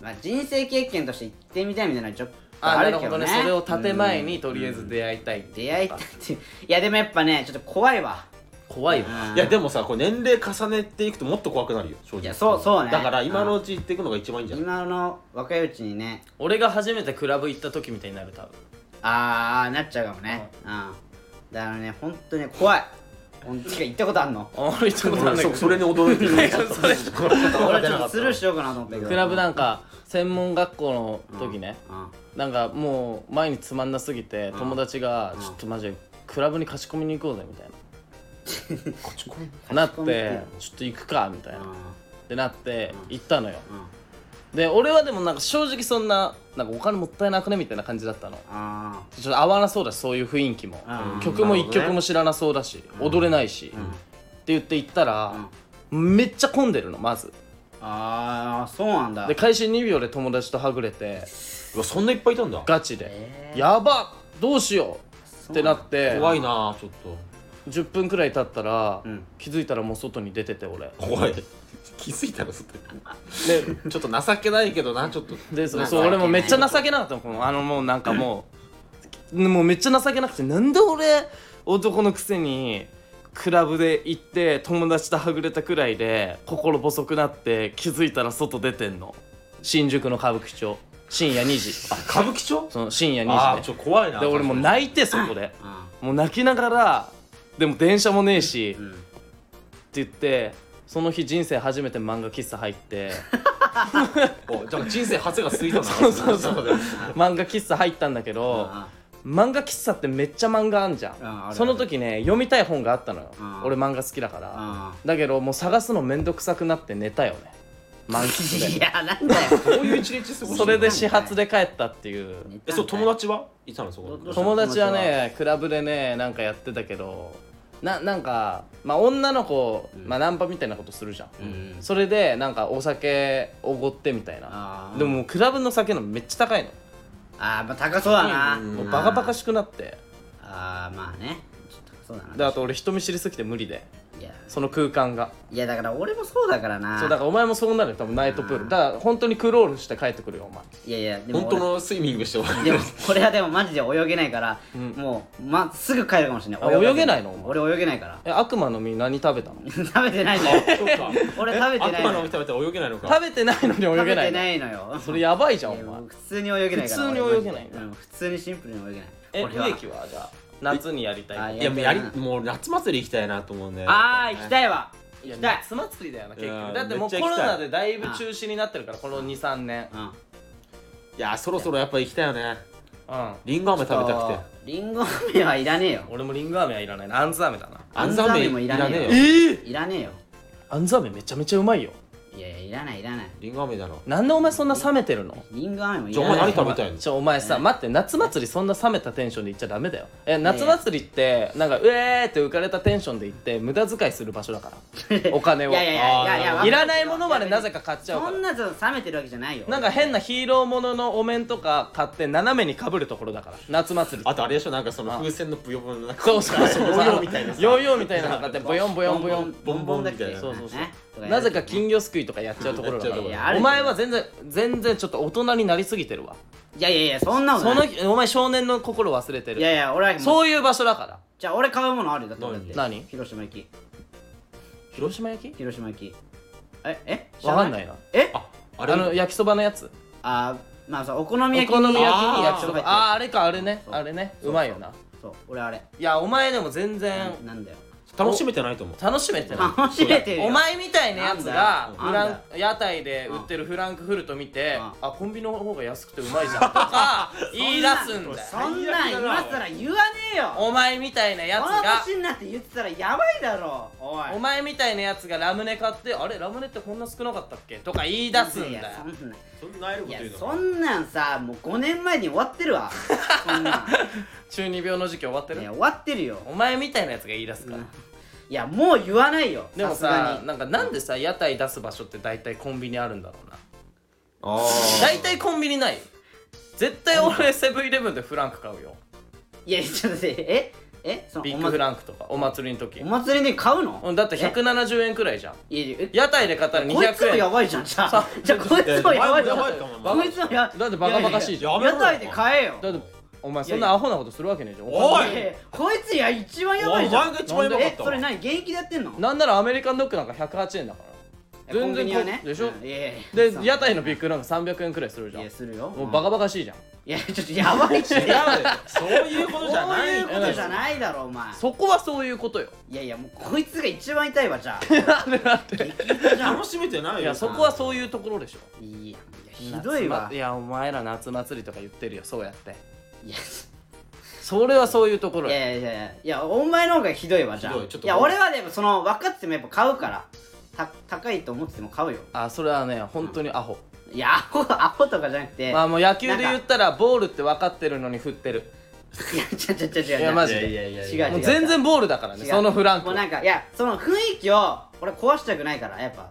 Speaker 1: まあ、人生経験として行ってみたいみたいなのちょ
Speaker 2: あ
Speaker 1: あ
Speaker 2: な
Speaker 1: る
Speaker 2: る
Speaker 1: けど
Speaker 2: ほど
Speaker 1: ね
Speaker 2: ねそれを建前にとりあえず出会いたいって
Speaker 1: 出会いたいっていういやでもやっぱねちょっと怖いわ
Speaker 2: 怖いよ
Speaker 1: うん
Speaker 3: いやでもさこれ年齢重ねていくともっと怖くなるよ正直
Speaker 1: いやそうそうね
Speaker 3: だから今のうち行っていくのが一番いいんじゃない
Speaker 1: 今の若いうちにね
Speaker 2: 俺が初めてクラブ行った時みたいになる多分
Speaker 1: ああなっちゃうかもねうんだからね本当に怖い本当に行ったことあんの
Speaker 2: あんまり行ったことないんだけ
Speaker 3: そ
Speaker 2: ど
Speaker 3: それに驚いてる
Speaker 2: それ
Speaker 1: 俺ちょっとスルーしようかなと思ったけど
Speaker 2: クラブなんか専門学校の時ね、
Speaker 1: うん
Speaker 2: なんかもう前につまんなすぎ
Speaker 1: ん
Speaker 2: て、友達が、
Speaker 1: うん
Speaker 2: ちょっとマジでクラブに貸し込みに行こうぜみたいなな
Speaker 1: 勝
Speaker 2: っ
Speaker 1: ち込みって
Speaker 2: てちょっと行くかみたいな、ってなって行ったのよ、
Speaker 1: うんうん
Speaker 2: で俺はでもなんか正直そんななんかお金もったいなくねみたいな感じだったの
Speaker 1: あ
Speaker 2: ちょっと合わなそうだしそういう雰囲気も、
Speaker 1: うん
Speaker 2: 曲も
Speaker 3: なる
Speaker 2: 一
Speaker 3: ほどね
Speaker 2: 曲も知らなそうだし、踊れないし、って言って行ったら、めっちゃ混んでるのまず
Speaker 1: ーあーそうなんだ
Speaker 2: で開始2秒で友達とはぐれて
Speaker 3: うわそんないっぱいいたんだ
Speaker 2: ガチで、
Speaker 1: え
Speaker 2: やばっどうしようってなって
Speaker 3: 怖いなちょっと
Speaker 2: 10分くらい経ったら、
Speaker 1: うん
Speaker 2: 気づいたらもう外に出てて俺
Speaker 3: 怖い気づいたらそってちょっと情けないけどなちょっと
Speaker 2: でそ
Speaker 1: な
Speaker 2: うん
Speaker 1: か
Speaker 2: そう俺もめっちゃ情けなかったのこのあのもうなんかもうもうめっちゃ情けなくてなんで俺男のくせにクラブで行って友達とはぐれたくらいで心細くなって気づいたら外出てんの新宿の歌舞伎町深夜2時
Speaker 3: 歌舞伎町
Speaker 2: その深夜
Speaker 3: あ
Speaker 2: 2
Speaker 3: あち
Speaker 2: 時
Speaker 3: ょっと怖い
Speaker 2: で
Speaker 3: な
Speaker 2: で俺もう泣いてそこで
Speaker 1: うん
Speaker 2: もう泣きながらでも電車もねえし、
Speaker 1: うん
Speaker 2: って言ってその日人生初めて漫画喫茶入って
Speaker 3: おじゃあ人生初が過ぎたな
Speaker 2: そうそうそう
Speaker 3: だよ
Speaker 2: 漫画喫茶入ったんだけど
Speaker 1: あ
Speaker 2: 漫画喫茶ってめっちゃ漫画あんじゃ
Speaker 1: うんあ
Speaker 2: ん、
Speaker 1: る
Speaker 2: その時ね読みたい本があったのよ、
Speaker 1: うん
Speaker 2: 俺漫画好きだから、
Speaker 1: あ
Speaker 2: だけどもう探すのめんどくさくなって寝 たよね満喫
Speaker 1: い
Speaker 2: で
Speaker 1: やなんだ よ
Speaker 3: こういう一日過ごしてる
Speaker 2: それで始発で帰ったっていう
Speaker 3: えそう友達はいたのそこ
Speaker 1: どうしたの
Speaker 2: 友達はねクラブでねなんかやってたけどななんか、まあ、女の子、まあ、ナンパみたいなことするじゃん、
Speaker 1: うん
Speaker 2: それでなんかお酒おごってみたい
Speaker 1: あ
Speaker 2: な
Speaker 1: ー
Speaker 2: でももうクラブの酒のめっちゃ高いの
Speaker 1: ああまあ高そうだな
Speaker 3: うん
Speaker 2: もうバカバカしくなって
Speaker 1: ああまあねちょっと高そうだな
Speaker 2: であと俺人見知りすぎて無理で
Speaker 1: いや
Speaker 2: その空間が
Speaker 1: いやだから俺もそうだからな
Speaker 2: そうだからお前もそうなるよ多分ナイトプールだから本当にクロールして帰ってくるよお前
Speaker 1: いやいやでも
Speaker 3: 本
Speaker 1: 俺
Speaker 3: 当のスイミングして終わ
Speaker 1: で
Speaker 3: り
Speaker 1: もこれはでもマジで泳げないから、もう、ま、すぐ帰るかもしれない
Speaker 2: あ
Speaker 1: がずに
Speaker 2: 泳げないのお前
Speaker 1: 俺泳げないから
Speaker 2: え悪魔の実何食べたの
Speaker 1: 食べてないのよ
Speaker 3: そう
Speaker 1: 俺
Speaker 3: か
Speaker 1: 食べてない
Speaker 3: 悪魔
Speaker 1: の
Speaker 3: の
Speaker 1: よ
Speaker 3: 実食べたら泳げないのか
Speaker 2: 食べてないのに泳
Speaker 1: 食
Speaker 2: げ
Speaker 1: べ
Speaker 2: な
Speaker 1: て
Speaker 2: いの
Speaker 1: ないのよ
Speaker 2: それやばいじゃんお
Speaker 1: いや
Speaker 2: 前
Speaker 1: もう普通に泳げないから
Speaker 2: 普通に泳げないんだ
Speaker 1: 俺うん普通にシンプルに泳げない
Speaker 2: え
Speaker 1: 俺は
Speaker 2: 植木はじゃあ夏にやりたいこと
Speaker 1: あ
Speaker 3: いやもうやりもう夏祭り行きたいなと思うんだよ
Speaker 1: あー行きたいわ
Speaker 2: いや
Speaker 1: 行きたい
Speaker 2: 夏祭りだよな結
Speaker 3: いや
Speaker 2: 局だってもう
Speaker 3: めっちゃ
Speaker 2: コ
Speaker 3: 行
Speaker 2: ロ
Speaker 3: きたい
Speaker 2: ナでだいぶ中止になってるからこの23年
Speaker 1: うん
Speaker 3: いやそろそろやっぱ行きたいよね
Speaker 2: うん
Speaker 3: りんご飴食べたくて
Speaker 1: リンゴ飴はいらねえよ
Speaker 2: 俺もリンゴ飴はいらないなあんず飴だな
Speaker 1: あ
Speaker 3: あ
Speaker 1: ん
Speaker 3: ん
Speaker 1: ざ
Speaker 3: ざ
Speaker 1: 飴
Speaker 3: 飴
Speaker 1: もい
Speaker 3: い
Speaker 1: ら
Speaker 3: ら
Speaker 1: ね
Speaker 3: ね
Speaker 1: えよ
Speaker 3: えよ
Speaker 2: え
Speaker 1: いらねえよ
Speaker 2: あんず飴めちゃめちゃうまいよ
Speaker 1: いやいやいらないいらない
Speaker 3: りんご飴だろ
Speaker 2: なんでお前そんな冷めてるの
Speaker 1: リンゴ飴もい
Speaker 3: じゃあ
Speaker 1: ら
Speaker 3: お
Speaker 1: ない
Speaker 3: 前何食べたいの
Speaker 2: ちょお前さ待って夏祭りそんな冷めたテンションで行っちゃダメだよえ夏祭りってなんかうえーって浮かれたテンションで行って無駄遣いする場所だから お金を
Speaker 1: いやいやいやいやいや
Speaker 2: いらないものまでなぜか買っちゃうか
Speaker 1: そん
Speaker 2: ら
Speaker 1: なの冷めてるわけじゃないよ
Speaker 2: なんか変なヒーローもののお面とか買って斜めにかぶるところだから夏祭りって
Speaker 3: あとあれでしょなんかその風船のぷよぷよの中
Speaker 2: そうそうそう
Speaker 3: ヨーヨーみたいなさ
Speaker 2: ヨーヨーみたいなの買ってボヨンボヨンボヨン
Speaker 1: ボンボンだっけ
Speaker 2: そうそうそう
Speaker 1: ねとやる
Speaker 2: なぜか金魚すくいとかやっちゃうところだか
Speaker 3: やっちゃうところ
Speaker 1: いやあ
Speaker 2: ら
Speaker 1: る
Speaker 2: お前は全然全然ちょっと大人になりすぎてるわ
Speaker 1: いやいやいやそんなことな
Speaker 2: その
Speaker 1: い
Speaker 2: 日お前少年の心忘れて
Speaker 1: いや
Speaker 2: る
Speaker 1: いや俺はもう
Speaker 2: そういう場所だから
Speaker 1: じゃあ俺買うものあるよだって俺だって
Speaker 2: 何
Speaker 1: 広島行き
Speaker 2: 広島焼き
Speaker 1: 広島行きええ知ら
Speaker 2: わかんないな
Speaker 1: え
Speaker 3: ああ
Speaker 2: あ
Speaker 3: れ
Speaker 2: の焼きそばのやつ
Speaker 1: あーまあさお好み
Speaker 2: お
Speaker 1: 焼き
Speaker 2: 好み焼きに
Speaker 3: あー
Speaker 2: 焼きそばあああれかあれね
Speaker 1: そう
Speaker 2: あれねうまいよな
Speaker 1: そう俺あれ
Speaker 2: いやお前でも全然
Speaker 1: なんだよ
Speaker 3: 楽しめてないと思う
Speaker 2: 楽しめてない
Speaker 1: 楽しめてるよ
Speaker 2: お前みたいなやつが
Speaker 1: なん
Speaker 2: フ
Speaker 1: だよ
Speaker 2: ラン屋台で売ってるフランクフルト見て
Speaker 1: うん
Speaker 2: あコンビニの方が安くてうまいじゃん とか言い出すんだよ
Speaker 1: そんなん今更言わねえよ
Speaker 2: お前みたいな
Speaker 1: こ
Speaker 2: やつ
Speaker 1: の
Speaker 2: が
Speaker 1: 年になって言ってたらやばいだろおい
Speaker 2: お前みたいなやつがラムネ買ってあれラムネってこんな少なかったっけとか言い出すん
Speaker 1: い
Speaker 2: だよ
Speaker 1: やそんな
Speaker 3: そんなえ
Speaker 1: い
Speaker 3: ること
Speaker 1: や
Speaker 3: 言うの
Speaker 1: そんなんさもう5年前に終わってるわそん なん
Speaker 2: 中二病の時期終わって
Speaker 1: いや
Speaker 2: る
Speaker 1: 終わってるよ
Speaker 2: お前みたいなやつが言い出すから
Speaker 1: いやもう言わないよ
Speaker 2: でも
Speaker 1: すが
Speaker 2: さ
Speaker 1: に
Speaker 2: なんかなんでさ屋台出す場所って大体コンビニあるんだろうな
Speaker 3: あー
Speaker 2: 大体コンビニない絶対俺セブンイレブンでフランク買うよ
Speaker 1: いやちょっと待ってええその
Speaker 2: ビ
Speaker 1: お
Speaker 2: ッグフ
Speaker 1: 祭
Speaker 2: ランクとかお祭りの時
Speaker 1: りお祭りで買うの
Speaker 2: うんだって170円くらいじゃん
Speaker 1: いやいやえ
Speaker 2: 屋台で買ったら
Speaker 1: こいつも
Speaker 2: 200
Speaker 1: や
Speaker 2: 円
Speaker 1: ばいじゃんじゃあじゃあこいつもやばいじゃん
Speaker 3: やばいかもな
Speaker 1: こいつもや
Speaker 2: だってバカバカしいじゃん
Speaker 3: やめろ
Speaker 1: 屋
Speaker 3: よ
Speaker 1: 台で買えよ
Speaker 2: だってお前そんなアホなことするわけねえじゃん
Speaker 3: いやいやおい
Speaker 1: いやいやこいつや一番や
Speaker 3: お
Speaker 1: ば
Speaker 3: 前
Speaker 1: いじゃ
Speaker 3: が
Speaker 1: ん
Speaker 3: 一番やばかっ
Speaker 1: え
Speaker 3: た
Speaker 1: そ
Speaker 3: わ
Speaker 1: れ何現役でやってんの
Speaker 2: なんならアメリカンドッグなんか108円だから全然こ
Speaker 1: コンビニはね
Speaker 2: でしょ
Speaker 1: うんいやいや
Speaker 2: で
Speaker 1: そう
Speaker 2: 屋台のビッグフランク300円くらいするじゃ
Speaker 1: いや
Speaker 2: ん
Speaker 1: するよ
Speaker 2: もうバカ
Speaker 1: バ
Speaker 2: バカしいじゃん
Speaker 1: いやちょっとやばいし
Speaker 3: 違うよそういうこ
Speaker 1: そう
Speaker 3: とじゃない
Speaker 1: い
Speaker 3: よ
Speaker 1: うことじゃないだろお前
Speaker 2: そこはそういうことよ
Speaker 1: いやいやもうこいつが一番痛いわじゃ
Speaker 3: 楽しめてないよ
Speaker 2: いやそこはそういうところでしょ
Speaker 1: あいやいやひどいわ
Speaker 2: 夏まいやお前ら夏祭りとか言ってるよそうやって
Speaker 1: いや
Speaker 2: それはそういうところ
Speaker 1: い
Speaker 2: よ
Speaker 1: やいやいやいやお前の方がひどいわじゃあ
Speaker 3: ひどいちょっと
Speaker 1: いや俺はでもその分かっててもやっぱ買うからた高いと思ってても買うよ
Speaker 2: あそれはね本当にアホ
Speaker 1: いやアホアホとかじゃなくて、
Speaker 2: まあもう野球で言ったらボールって分かってるのに振ってる
Speaker 1: いや違う違う違う違う
Speaker 2: いやマジで
Speaker 1: いやいやいや違う違う
Speaker 2: もう全然ボールだからね
Speaker 1: 違う
Speaker 2: そのフランク
Speaker 1: もう
Speaker 2: は
Speaker 1: なんかいやその雰囲気を俺壊したくないからやっぱ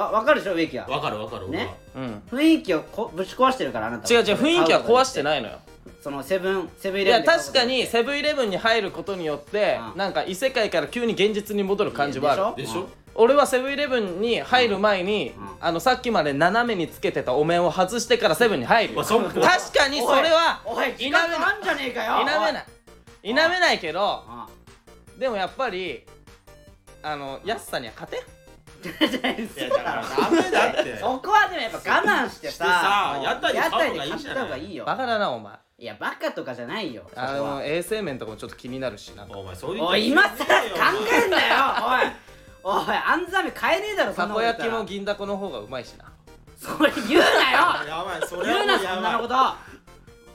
Speaker 1: わ分かるでしょ植木は
Speaker 3: わかるわかる
Speaker 1: ね
Speaker 3: 俺
Speaker 2: う
Speaker 3: は
Speaker 2: ん
Speaker 1: 雰囲気をこぶち壊してるからあなた
Speaker 2: 違う違う雰囲気は壊して
Speaker 1: い
Speaker 2: ないのよ
Speaker 1: そのセブンセブンイ
Speaker 2: い
Speaker 1: レブン
Speaker 2: や
Speaker 1: で買う
Speaker 2: 確かにセブンイレブンに入ることによって
Speaker 1: うん
Speaker 2: なんか異世界から急に現実に戻る感じはある
Speaker 1: いや
Speaker 3: でしょ
Speaker 2: 俺はセブンイレブンに入る前に、
Speaker 1: うん
Speaker 2: あのさっきまで斜めにつけてたお面を外してからセブンに入るよ
Speaker 3: まあそっ
Speaker 2: 確
Speaker 3: か
Speaker 2: かにそれは
Speaker 1: おいおい否め
Speaker 2: 否めない
Speaker 1: あんじゃねえかよ
Speaker 2: 否めない否めないけど
Speaker 1: あ
Speaker 2: でもやっぱりあの安さには勝てん
Speaker 3: いやだからダメだっ て
Speaker 1: そこはでもやっぱ我慢して
Speaker 3: してさ
Speaker 1: さ
Speaker 3: 屋台で
Speaker 1: 屋
Speaker 3: 買った
Speaker 1: 台
Speaker 3: 方
Speaker 1: で
Speaker 3: がい
Speaker 1: 買
Speaker 3: い
Speaker 1: っ
Speaker 3: じゃ
Speaker 1: た方
Speaker 3: な
Speaker 1: が
Speaker 3: い
Speaker 1: いいよ
Speaker 2: バカだなお前
Speaker 1: いやバカとかじゃないよそこ
Speaker 2: あの
Speaker 1: は
Speaker 2: 衛生面とかもちょっと気になるしなんか
Speaker 3: お前そういう
Speaker 1: おい今さら考えんなよおいおいあんざめ買えねえだろそ
Speaker 2: た
Speaker 1: んなこ
Speaker 2: こと
Speaker 1: 言っ
Speaker 2: 焼
Speaker 1: た
Speaker 2: き
Speaker 1: ら
Speaker 2: も銀だこの方がうまいしな
Speaker 1: それ言うな よ
Speaker 3: やばいそれ
Speaker 1: 言
Speaker 3: はも
Speaker 1: う
Speaker 3: う
Speaker 1: なそ
Speaker 3: や
Speaker 1: んなの
Speaker 3: ば
Speaker 1: こ
Speaker 3: い
Speaker 1: と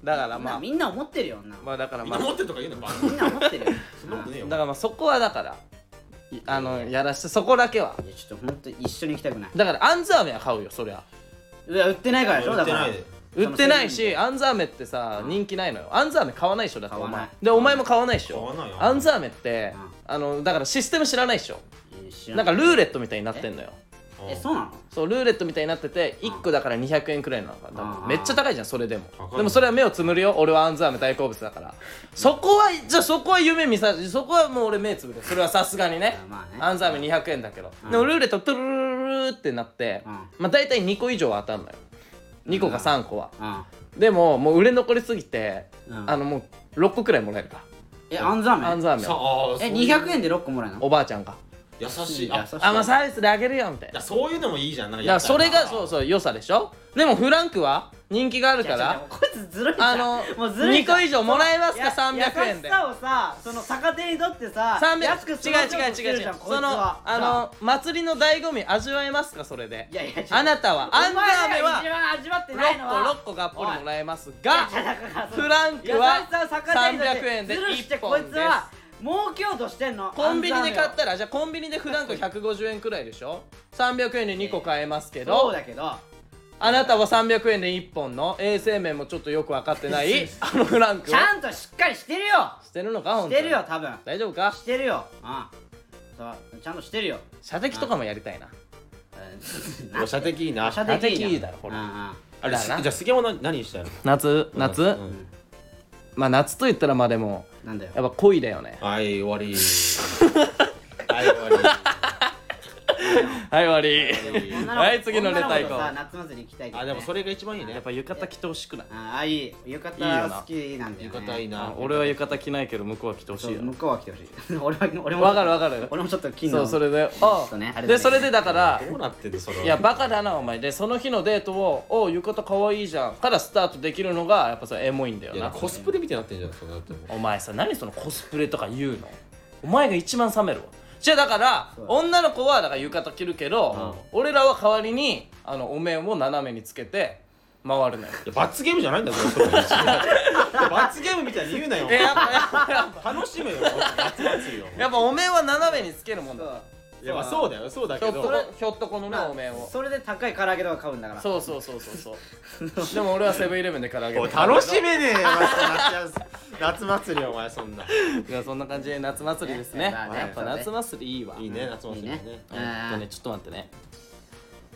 Speaker 2: だから
Speaker 1: みんな
Speaker 2: まあ
Speaker 1: みんな思ってるよ女
Speaker 2: まあだから
Speaker 3: みん
Speaker 2: ま
Speaker 3: な
Speaker 2: あ
Speaker 3: 持ってるとか言うのバカ
Speaker 1: みんな思ってるよ
Speaker 3: そんなことねえよ
Speaker 2: だからまあそこはだからい あのやらしてそこだけはい
Speaker 1: やちょっと本当一緒に行きたくない
Speaker 2: だからあんず飴は買うよそりゃ
Speaker 1: いや売ってないからでしょ
Speaker 3: 売
Speaker 1: だ
Speaker 3: って
Speaker 1: か
Speaker 3: な
Speaker 1: ら
Speaker 3: いで
Speaker 2: 売ってない
Speaker 1: その
Speaker 2: しあんず飴ってさ
Speaker 1: うん
Speaker 2: 人気ないのよあんず飴買わないでしょだって
Speaker 1: 買
Speaker 2: お
Speaker 1: わない
Speaker 2: 前でお前も買わないでし
Speaker 3: 買わ
Speaker 2: ょ
Speaker 3: ないよ
Speaker 2: あんず飴って
Speaker 1: うん
Speaker 2: あのだからシステム知らないでしょ
Speaker 1: 知ら
Speaker 2: なんかルーレットみたいになってんのよ
Speaker 1: えそうなの
Speaker 2: そうルーレットみたいになってて
Speaker 1: うん
Speaker 2: 1個だから200円くらいなのかな多
Speaker 1: うん
Speaker 2: 分めっちゃ高いじゃんそれでも
Speaker 3: 高い
Speaker 2: でもそれは目をつむるよ俺はあんず飴大好物だからそこはじゃあそこは夢見さそこはもう俺目つぶるそれはさすがにね
Speaker 1: あまあね
Speaker 2: あんず飴200円だけど
Speaker 1: うん
Speaker 2: でもルーレットトゥルルルルルってなって
Speaker 1: うん
Speaker 2: まあ大体2個以上は当たんのよ2個か3個は
Speaker 1: うん
Speaker 2: でももう売れ残りすぎて
Speaker 1: うん
Speaker 2: あのもう6個くらいもらえるか
Speaker 1: えあんざめ
Speaker 2: らあんず飴
Speaker 3: さ
Speaker 2: を
Speaker 3: あ
Speaker 1: え200円で6個もらえるの
Speaker 2: おばあちゃんが
Speaker 3: 優しい
Speaker 1: 優
Speaker 3: あ
Speaker 1: しい
Speaker 2: あまあサービスであげるよみたい
Speaker 3: だ
Speaker 2: な
Speaker 3: そういうのもいいじゃんなんか
Speaker 2: だからそれが
Speaker 3: う
Speaker 2: そうそう良さでしょでもフランクは人気があるか
Speaker 1: いやち
Speaker 2: ら
Speaker 1: ょっとこいつずるいじゃ
Speaker 2: あ
Speaker 1: ん
Speaker 2: の
Speaker 1: もうずるい
Speaker 2: 2
Speaker 1: じゃん
Speaker 2: 個以上もらえますか
Speaker 1: その
Speaker 2: 300円で
Speaker 1: 優しさをさその逆手に取ってさ
Speaker 2: 300
Speaker 1: 安く
Speaker 2: 違
Speaker 1: 済ませよと
Speaker 2: う
Speaker 1: して
Speaker 2: 違
Speaker 1: る
Speaker 2: う違う
Speaker 1: じ
Speaker 2: 違
Speaker 1: ゃ
Speaker 2: う
Speaker 1: こ
Speaker 2: ん
Speaker 1: いつ
Speaker 2: そ
Speaker 1: は
Speaker 2: の
Speaker 1: さ
Speaker 2: あの祭りの醍醐味味わえますかそれで
Speaker 1: いやいや違う
Speaker 2: あなたはあんず飴
Speaker 1: お前
Speaker 2: は
Speaker 1: が一番味わってないのは
Speaker 2: 6個6個がっぽりもらえます
Speaker 1: い
Speaker 2: が
Speaker 1: やだからその
Speaker 2: フランクは
Speaker 1: 優しさを逆手に取って
Speaker 2: 300円で
Speaker 1: ずるして
Speaker 2: 一本
Speaker 1: こいつは儲けようとしてんの
Speaker 2: コンビニで買
Speaker 1: ら
Speaker 2: ったらじゃあコンビニでフランク150円くらいでしょ300円で2個買えますけ
Speaker 1: そう
Speaker 2: ど
Speaker 1: だけど
Speaker 2: あなたは300円で1本の衛生面もちょっとよく分かってないあのフランクを
Speaker 1: ちゃんとしっかりしてるよ
Speaker 2: してるの
Speaker 1: し
Speaker 2: か本当
Speaker 1: て
Speaker 2: に
Speaker 1: るよ多分
Speaker 2: 大丈夫か
Speaker 1: してるようんそうちゃんとしてるよ
Speaker 2: 射的とかもやりたいな
Speaker 1: うん
Speaker 3: おしゃ的いいな
Speaker 1: おしゃでき
Speaker 2: 射的い
Speaker 1: い
Speaker 2: いだろほら
Speaker 1: ら
Speaker 3: あれ
Speaker 2: だな
Speaker 3: じゃあ杉山は何何したいの
Speaker 2: 夏夏、
Speaker 3: うん
Speaker 2: まあ夏と言ったらまあでも
Speaker 1: なんだよ
Speaker 2: やっぱ恋だよね
Speaker 3: はい終わ りはい終わ
Speaker 2: はい終わり
Speaker 3: り
Speaker 1: 女の子
Speaker 2: はい次のレター行こう
Speaker 1: 女の子とさ夏祭り行きたいけどね
Speaker 3: あでもそれが一番いい
Speaker 2: やっ
Speaker 3: ね
Speaker 2: ぱ浴衣着てほしくない
Speaker 1: ああいい浴
Speaker 2: いいよ
Speaker 1: 衣
Speaker 2: な
Speaker 1: 好きなんだよね
Speaker 3: 浴衣いいな
Speaker 2: 俺は浴衣着ないけど向こうは着てほし
Speaker 1: そ
Speaker 2: いうよ
Speaker 1: 向こうは来てほしい 俺は俺も
Speaker 2: わかるわかる
Speaker 1: 俺もちょっと金
Speaker 2: そ
Speaker 1: の
Speaker 2: うそれで
Speaker 1: ちょ
Speaker 2: あ
Speaker 1: っとねあれだね
Speaker 2: でそれでだから
Speaker 3: どうなってんのそれはい
Speaker 2: やバカだなお前でその日のデートを「おう浴衣かわいいじゃん」からスタートできるのがやっぱさエモいんだよ
Speaker 3: いや
Speaker 2: な
Speaker 3: コスプレみたいになってんじゃんそれだってもう
Speaker 2: お前さ何そのコスプレとか言うのお前が一番冷めるわじゃあだから
Speaker 1: そう
Speaker 2: 女の子はだから浴衣着るけど、俺らは代わりにあのお面を斜めにつけて回るのよ
Speaker 3: いや罰ゲームじゃないんだぞそれ罰ゲームみたいに言うなよ
Speaker 2: えやっぱやっぱやっ
Speaker 3: 楽しめよ夏祭りを
Speaker 2: ぱやっぱお面は斜めにつけるもんだ
Speaker 1: そう
Speaker 3: いやまあそうだよそうだ
Speaker 2: ひょ
Speaker 3: け
Speaker 2: っとこ
Speaker 3: ど
Speaker 2: ひょっとこのね
Speaker 1: まあ
Speaker 2: お面を
Speaker 1: それで高い唐揚げとか買うんだから
Speaker 2: そうそうそうそうそうでも俺はセブンイレブンで唐揚げ
Speaker 3: おい
Speaker 2: 食べる
Speaker 3: 楽しめねえよ 夏祭りお前そんない
Speaker 2: やそんな感じで夏祭りですね
Speaker 1: ねまあね
Speaker 2: やっぱ夏祭りいいわ
Speaker 3: いいね夏祭
Speaker 1: い
Speaker 3: り
Speaker 1: いね
Speaker 3: ね
Speaker 2: えーっとねちょっと待ってね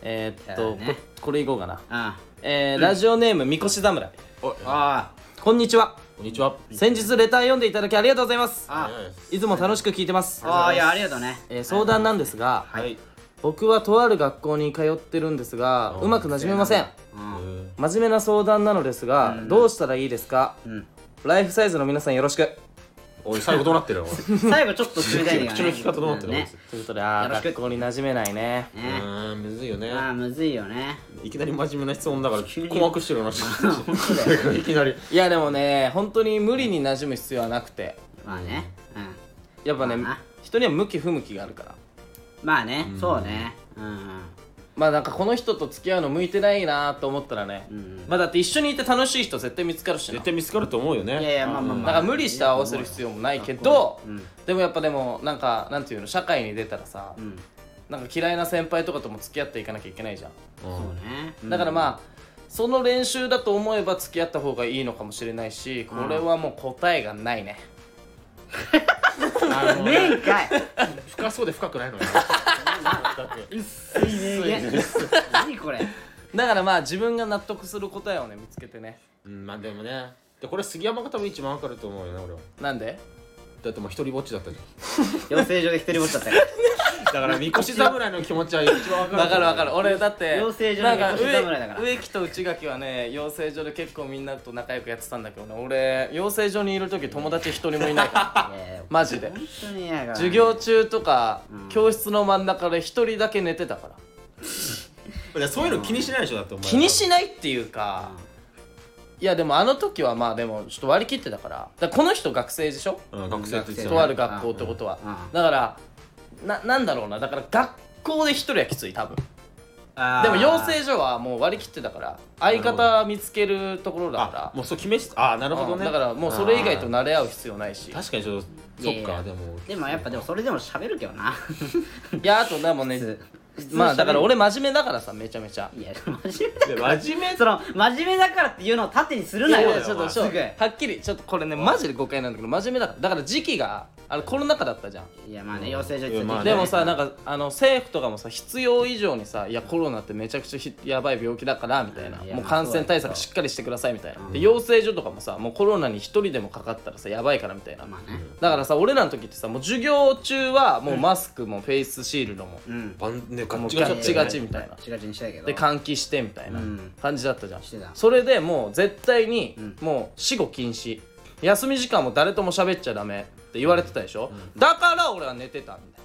Speaker 2: えーっ
Speaker 1: じ
Speaker 2: と、
Speaker 1: ゃあね
Speaker 2: ここれいこうかな
Speaker 1: あ
Speaker 2: えーラジオネームみこし侍
Speaker 3: おい
Speaker 1: ああ
Speaker 2: こんにちは
Speaker 4: こんにちは
Speaker 2: 先日レター読んでいただきありがとうございます
Speaker 1: あ
Speaker 2: いつも楽しく聞いてます
Speaker 1: あいやありがとうね
Speaker 2: えー相談なんですが
Speaker 3: はい
Speaker 2: 僕はとある学校に通ってるんですが
Speaker 4: あ
Speaker 2: うまくなじめません
Speaker 1: うん
Speaker 2: 真面目な相談なのですが
Speaker 1: うん
Speaker 2: どうしたらいいですか
Speaker 1: うん
Speaker 2: ライフサイズの皆さんよろしく
Speaker 4: おい最後どうなってるのう
Speaker 1: 最後ちょっと冷た いね
Speaker 4: 口の引き方どうなってるの
Speaker 1: ね
Speaker 2: ということであ
Speaker 1: よ
Speaker 2: ー
Speaker 1: ろしく
Speaker 2: 学校に馴染めないね
Speaker 1: ね
Speaker 4: ーんむずいよね
Speaker 1: ああむずいよね
Speaker 4: いきなり真面目な質問だから
Speaker 1: 急に
Speaker 4: 困惑してるような
Speaker 1: 本当だよ
Speaker 4: いきなり
Speaker 2: いやでもね本当に無理に馴染む必要はなくて
Speaker 1: まあねうん
Speaker 2: やっぱね
Speaker 1: まあな
Speaker 2: 人には向き不向きがあるから
Speaker 1: まあねそうねうん
Speaker 2: まあなんかこの人と付き合うの向いてないなと思ったらね、
Speaker 1: うん
Speaker 2: まあだって一緒にいて楽しい人絶対見つかるしな
Speaker 4: 絶対見つかると思うよね
Speaker 1: いやいやまあまあ
Speaker 2: だ
Speaker 1: ま
Speaker 2: か
Speaker 1: あ
Speaker 2: ら無理して合わせる必要もないけど、
Speaker 1: うん
Speaker 2: でもやっぱでもなんかなんていうの社会に出たらさ、
Speaker 1: うん
Speaker 2: なんか嫌いな先輩とかとも付き合っていかなきゃいけないじゃん、
Speaker 1: そうね
Speaker 2: だからまあその練習だと思えば付き合った方がいいのかもしれないしこれはもう答えがないね、
Speaker 4: あの
Speaker 1: ねえんかい
Speaker 4: 深そうで深くないのよ
Speaker 1: 薄いね何これ
Speaker 2: だからまあ自分が納得する答えをね見つけてね
Speaker 4: うんまあでもねでこれ杉山が多分一番わかると思うよね俺は
Speaker 2: なんで
Speaker 4: だってもう一人ぼっちだったじゃん
Speaker 1: 養成所で一人ぼっちだったから
Speaker 4: だからみこし侍の気持ちは一番わかる
Speaker 2: わかるわかる俺だって
Speaker 1: 養成所
Speaker 2: な
Speaker 1: の
Speaker 2: んか
Speaker 1: 猫舌侍だから
Speaker 2: 植植木と内垣はね養成所で結構みんなと仲良くやってたんだけどね俺養成所にいる時友達一人もいないから
Speaker 1: いやいや
Speaker 2: マジで
Speaker 1: 本当に嫌が
Speaker 2: 授業中とか、
Speaker 1: うん
Speaker 2: 教室の真ん中で一人だけ寝てたから
Speaker 4: だからそういうの気にしないでしょだってお前
Speaker 2: 気にしないっていうか、いやでもあの時はまあでもちょっと割り切ってたからだからこの人学生でしょ、
Speaker 4: うん学生って言ってた
Speaker 1: うん
Speaker 2: と
Speaker 4: よ
Speaker 2: あ
Speaker 4: ね
Speaker 2: る学校ってことは、
Speaker 1: うんうん
Speaker 2: だからななんだろうなだから学校で一人はきつい多分
Speaker 1: あー
Speaker 2: でも養成所はもう割り切ってたから相方見つけるところだから
Speaker 4: あもうそう決めしああなるほど
Speaker 2: うん
Speaker 4: ね
Speaker 2: だからもうそれ以外と慣れ合う必要ないし
Speaker 4: あー確かにちょっと
Speaker 1: いや
Speaker 4: そ
Speaker 1: い
Speaker 4: っ
Speaker 1: や
Speaker 4: かでも
Speaker 1: でもやっぱでもそれでも喋るけどない
Speaker 2: やあとでもねまあだから俺真面目だからさめちゃめちゃ
Speaker 1: いや真面目
Speaker 4: い
Speaker 1: だ
Speaker 4: や真面目
Speaker 1: その真面目だからっていうのを縦にするなよ
Speaker 2: いやいやちょっとち
Speaker 1: す
Speaker 2: ょ
Speaker 1: ぐ
Speaker 2: っとはっきりちょっとこれねマジで誤解なんだけど真面目だからだから時期があれコロナ禍だったじゃん
Speaker 1: いやまあね養成所行ってた時期
Speaker 4: まあね
Speaker 2: でもさなんかあの政府とかもさ必要以上にさ「いやコロナってめちゃくちゃひやばい病気だから」みたいない
Speaker 1: や
Speaker 2: もう感染対策しっかりしてくださいみたいなで養成所とかもさもうコロナに一人でもかかったらさやばいからみたいな
Speaker 1: まあね
Speaker 2: だからさ俺らの時ってさもう授業中はもうマスクもフェイスシールドも
Speaker 1: うん
Speaker 4: バンねガ
Speaker 2: も
Speaker 4: ッ
Speaker 2: う
Speaker 4: チガチ
Speaker 2: ガ
Speaker 4: だったよね
Speaker 2: チガチみたいな
Speaker 1: チガチにしたいけど
Speaker 2: で換気してみたいな
Speaker 1: うん
Speaker 2: 感じだったじゃん
Speaker 1: してた
Speaker 2: それでもう絶対に
Speaker 1: ん
Speaker 2: もう死後禁止休み時間も誰とも喋っちゃダメって言われてたでしょだから俺は寝てたんだよ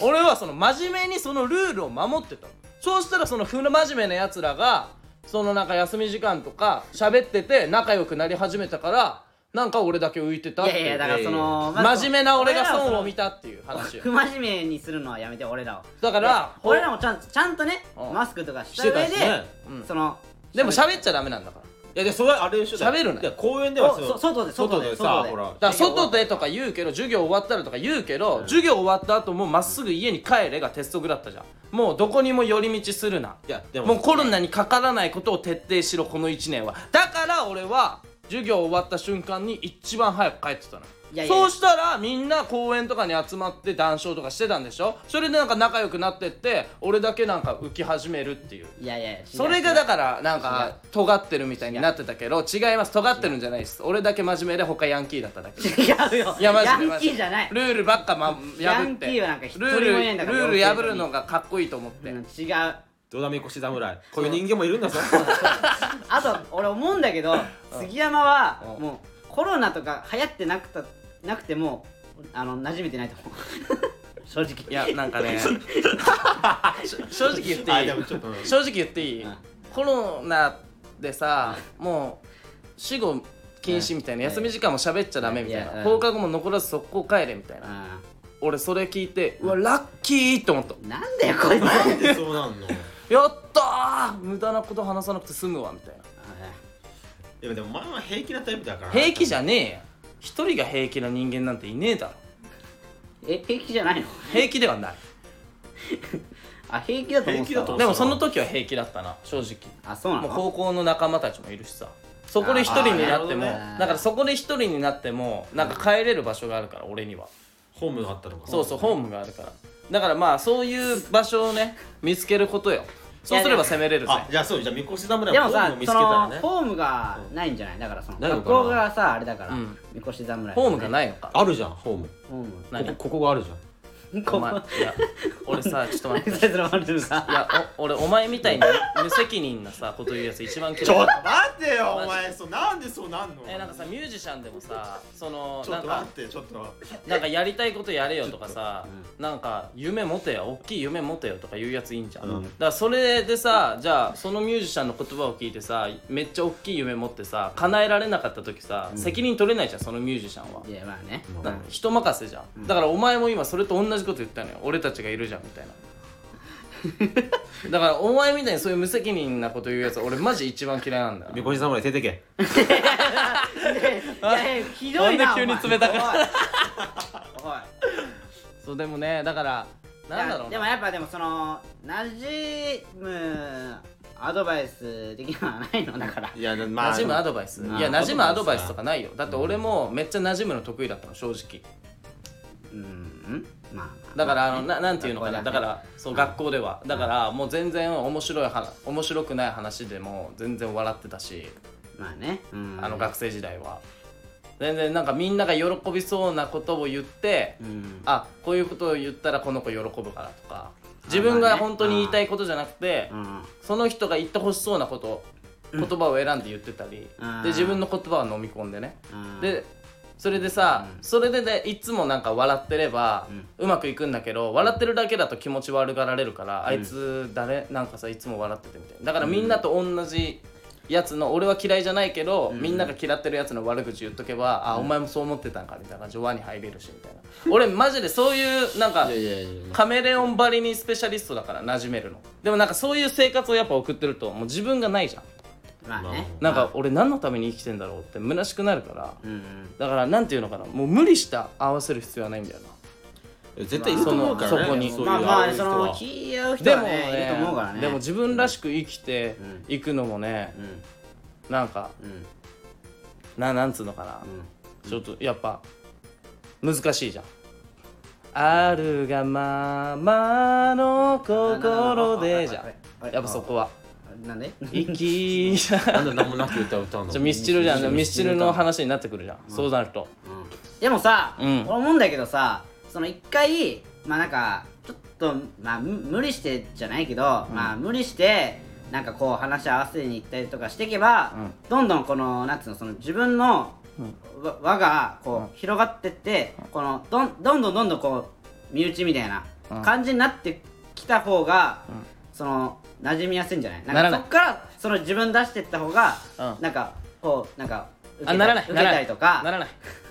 Speaker 2: 俺はその真面目にそのルールを守ってたのそうしたらその不真面目なやつらがそのなんか休み時間とか喋ってて仲良くなり始めたからなんか俺だけ浮いてたっ
Speaker 1: いや
Speaker 2: てい
Speaker 1: いうやだからそのまあ
Speaker 2: 真面目な俺が損を見
Speaker 1: た
Speaker 2: たっ ていう話よ
Speaker 1: 不真面目にするのはやめて俺らを
Speaker 2: だから
Speaker 1: 俺らもちゃんちゃんとね
Speaker 2: うん
Speaker 1: マスクとかし
Speaker 4: したて
Speaker 1: 上
Speaker 4: た
Speaker 1: で
Speaker 4: しね
Speaker 2: うん
Speaker 1: その
Speaker 2: でも喋っちゃダメなんだから
Speaker 4: いやでそれあれでしょ
Speaker 2: 喋るない
Speaker 4: や公園では
Speaker 1: お
Speaker 4: そう
Speaker 1: そ外で外
Speaker 4: 外
Speaker 1: で
Speaker 4: で
Speaker 1: 外
Speaker 4: さ
Speaker 1: で
Speaker 4: ほら
Speaker 2: だから外でとか言うけど授業終わったらとか言うけど、授業終わった後もまっすぐ家に帰れが鉄則だったじゃんもうどこにも寄り道するない
Speaker 4: やでも
Speaker 2: もうコロナにかからないことを徹底しろこの1年はだから俺は授業終わった瞬間に一番早く帰ってたの
Speaker 1: いやいや
Speaker 2: そうしたらみんな公園とかに集まって談笑とかしてたんでしょそれでなんか仲良くなってって俺だけなんか浮き始めるっていう
Speaker 1: いやいや違う
Speaker 2: それがだからなんか尖ってるみたいになってたけど違います尖ってるんじゃないです俺だけ真面目で他ヤンキーだっただけ
Speaker 1: 違うよ
Speaker 2: いやマジで
Speaker 1: ヤンキーじゃない
Speaker 2: ルールばっか、ま、
Speaker 1: ヤ
Speaker 2: 破っ
Speaker 1: ンキ
Speaker 2: て
Speaker 1: ーはなんか一人
Speaker 2: ル
Speaker 1: も
Speaker 2: ー
Speaker 1: い
Speaker 2: ル
Speaker 1: ないんだから
Speaker 2: ルール破るのがかっこいいと思って、
Speaker 1: うん違う
Speaker 4: どだめこし侍こういう人間もいるん だぞ
Speaker 1: あと俺思うんだけど杉山は
Speaker 2: うん
Speaker 1: もうコロナとか流行ってなくたなくてもあの馴染めてないと思う 正直
Speaker 2: いやなん かねし正直言って
Speaker 4: あ
Speaker 2: いい
Speaker 4: でもちょっとうん
Speaker 2: 正直言っていい、
Speaker 1: うん
Speaker 2: コロナでさもう死後禁止みたいな、
Speaker 1: うん
Speaker 2: 休み時間も喋っちゃダメみたい
Speaker 1: い
Speaker 2: な、
Speaker 1: やうん
Speaker 2: 放課後も残らず速攻帰れみたいな、
Speaker 1: う
Speaker 2: 俺それ聞いてうわラッキーって思った
Speaker 1: んなんだよこいつ
Speaker 4: なんでそうなんのい
Speaker 2: やったー無駄なこと話さなくて済むわみたいな
Speaker 4: やでもまあまあ平気なタイプだから
Speaker 2: 平気じゃねえよ一人が平気な人間なんていねえだろ
Speaker 1: え平気じゃないの
Speaker 2: 平気ではない
Speaker 1: あ平気だと思う
Speaker 4: 平気だと思う
Speaker 2: でもその時は平気だったな正直
Speaker 1: あそうな
Speaker 2: もう
Speaker 1: の
Speaker 2: 高校の仲間たちもいるしさそこで一人になっても
Speaker 4: あーなるほど
Speaker 1: ね
Speaker 2: だからそこで一人になってもなんか帰れる場所があるから俺には
Speaker 4: ホームがあったのか
Speaker 2: そうそうホームがあるからだからまあそういう場所をね見つけることよそうすれば攻めれるぜ
Speaker 4: あじゃあそうじゃあみこし侍
Speaker 1: で
Speaker 4: も
Speaker 1: も
Speaker 4: フォーム
Speaker 1: さ
Speaker 4: を見つ
Speaker 1: そ
Speaker 4: けた
Speaker 1: の
Speaker 4: ら
Speaker 1: フ
Speaker 4: ね
Speaker 1: ォームがないんじゃないだからその
Speaker 4: ないの
Speaker 1: 学
Speaker 4: かな
Speaker 1: 校がさあれだから
Speaker 2: うん
Speaker 1: みこし侍
Speaker 2: ホームがないいのか
Speaker 4: あるじゃんフォーム
Speaker 1: フォーム
Speaker 2: ない
Speaker 4: ここここがあるじゃん
Speaker 2: お
Speaker 1: こ
Speaker 2: 前い
Speaker 1: こ
Speaker 2: や俺さちょっと待っ
Speaker 1: 何
Speaker 2: て
Speaker 1: サイズのマルチルさ
Speaker 2: いやお俺お前みたいに無責任なさこと言うやつ一番嫌い
Speaker 3: ちょっと待ってよお前そうなんでそうなんの
Speaker 2: えなんかさミュージシャンでもさその
Speaker 3: ちょ
Speaker 2: な
Speaker 3: っ
Speaker 2: ん
Speaker 3: と
Speaker 2: か
Speaker 3: 待ってちょっと待って
Speaker 2: なんかやりたいことやれよとかさ
Speaker 4: ちょっと
Speaker 2: なんか夢持てよ大きい夢持てよとか言うやついいんじゃん、
Speaker 4: うん
Speaker 2: だからそれでさじゃあそのミュージシャンの言葉を聞いてさめっちゃ大きい夢持ってさ叶えられなかった時さ、責任取れないじゃんそのミュージシャンはい
Speaker 1: やまあね
Speaker 2: なんか人任せじゃん、だからお前も今それと同じこと言ったのよ俺たちがいるじゃんみたいなだからお前みたいにそういう無責任なこと言うやつ俺マジ一番嫌いなんだよ
Speaker 4: みこし侍出てけ
Speaker 1: いやいやひどいな
Speaker 2: なんで急に
Speaker 1: お前
Speaker 2: 冷たくな
Speaker 1: おいおい
Speaker 2: そうでもねだからなんだろう
Speaker 1: で
Speaker 2: な
Speaker 1: もやっぱでもその馴染むアドバイス的なのはないのだから
Speaker 4: いやま
Speaker 2: 馴染むアドバイス、
Speaker 1: まあ
Speaker 2: いや
Speaker 4: まあ
Speaker 2: 馴染むアドバイスとかないよだって俺もめっちゃ馴染むの得意だったの正直
Speaker 1: うんまあ
Speaker 2: だからあのななんていうのかな
Speaker 1: 学校
Speaker 2: だ
Speaker 1: だね
Speaker 2: からそう学校ではだからもう全然面白い話面白くない話でも全然笑ってたし
Speaker 1: まあねうん
Speaker 2: あの学生時代は全然なんかみんなが喜びそうなことを言って
Speaker 1: うん
Speaker 2: あこういうことを言ったらこの子喜ぶからとか自分が本当に言いたいことじゃなくて
Speaker 1: うん
Speaker 2: その人が言ってほしそうなこと言葉を選んで言ってたり
Speaker 1: うん
Speaker 2: で自分の言葉を飲み込んでね
Speaker 1: うん
Speaker 2: でそれでさ、それでねいつもなんか笑ってれば、うまくいくんだけど笑ってるだけだと気持ち悪がられるから、あいつ誰なんかさいつも笑っててみたいなだからみんなと同じやつの、俺は嫌いじゃないけど、みんなが嫌ってるやつの悪口言っとけば、あお前もそう思ってたんかみたいな感じで輪に入れるしみたいな俺マジでそういうなんか
Speaker 4: いやいやいや
Speaker 2: カメレオンばりにスペシャリストだから馴染めるのでもなんかそういう生活をやっぱ送ってるともう自分がないじゃん
Speaker 1: まあね
Speaker 2: なんか俺何のために生きてんだろうって虚しくなるから、
Speaker 1: うん
Speaker 2: だからなんていうのかなもう無理して合わせる必要はないんだよな
Speaker 4: 絶対いると思うから
Speaker 2: そ
Speaker 4: ね
Speaker 2: のそこに
Speaker 4: ういう
Speaker 1: まあまあ
Speaker 4: いう
Speaker 1: そ
Speaker 4: 人
Speaker 1: の
Speaker 4: は
Speaker 1: 気合う人
Speaker 2: で
Speaker 1: は
Speaker 2: も
Speaker 1: ねいると思うからね
Speaker 2: でも自分らしく生きて
Speaker 1: ん
Speaker 2: いくのもね、
Speaker 1: うん
Speaker 2: なんか
Speaker 1: うん
Speaker 2: ななんつうのかな、
Speaker 1: うん
Speaker 2: ちょっとやっぱ難しいじゃん。あるがままの心でじゃ
Speaker 1: あれあれあ
Speaker 2: ん
Speaker 1: れ
Speaker 2: やっぱそこは
Speaker 1: なんで
Speaker 2: 生 きじゃ
Speaker 4: なんで何もなく歌歌うの
Speaker 2: あミスチルじゃんミスチルの
Speaker 4: 話
Speaker 2: 話になってくるじゃん、そうなると
Speaker 1: でもさ、
Speaker 2: うん
Speaker 1: 俺思うんだけどさその一回まあなんかちょっとまあむ無理してじゃないけど、まあ無理してなんかこう話し合わせに行ったりとかしていけば、
Speaker 2: う
Speaker 1: どんどんこのなんつうのその自分の、わ輪がこう広がってって、このどんどんどんどんどんこう身内みたいな感じになってきた方が、その馴染みやすいんじゃない
Speaker 2: なら
Speaker 1: ん
Speaker 2: な
Speaker 1: か
Speaker 2: い
Speaker 1: そっからその自分出してった方が、
Speaker 2: うん
Speaker 1: なんかこうなんか受けた
Speaker 2: あならない
Speaker 1: 受
Speaker 2: な
Speaker 1: け
Speaker 2: ら
Speaker 1: た
Speaker 2: な
Speaker 1: り
Speaker 2: い
Speaker 1: とか
Speaker 2: ならない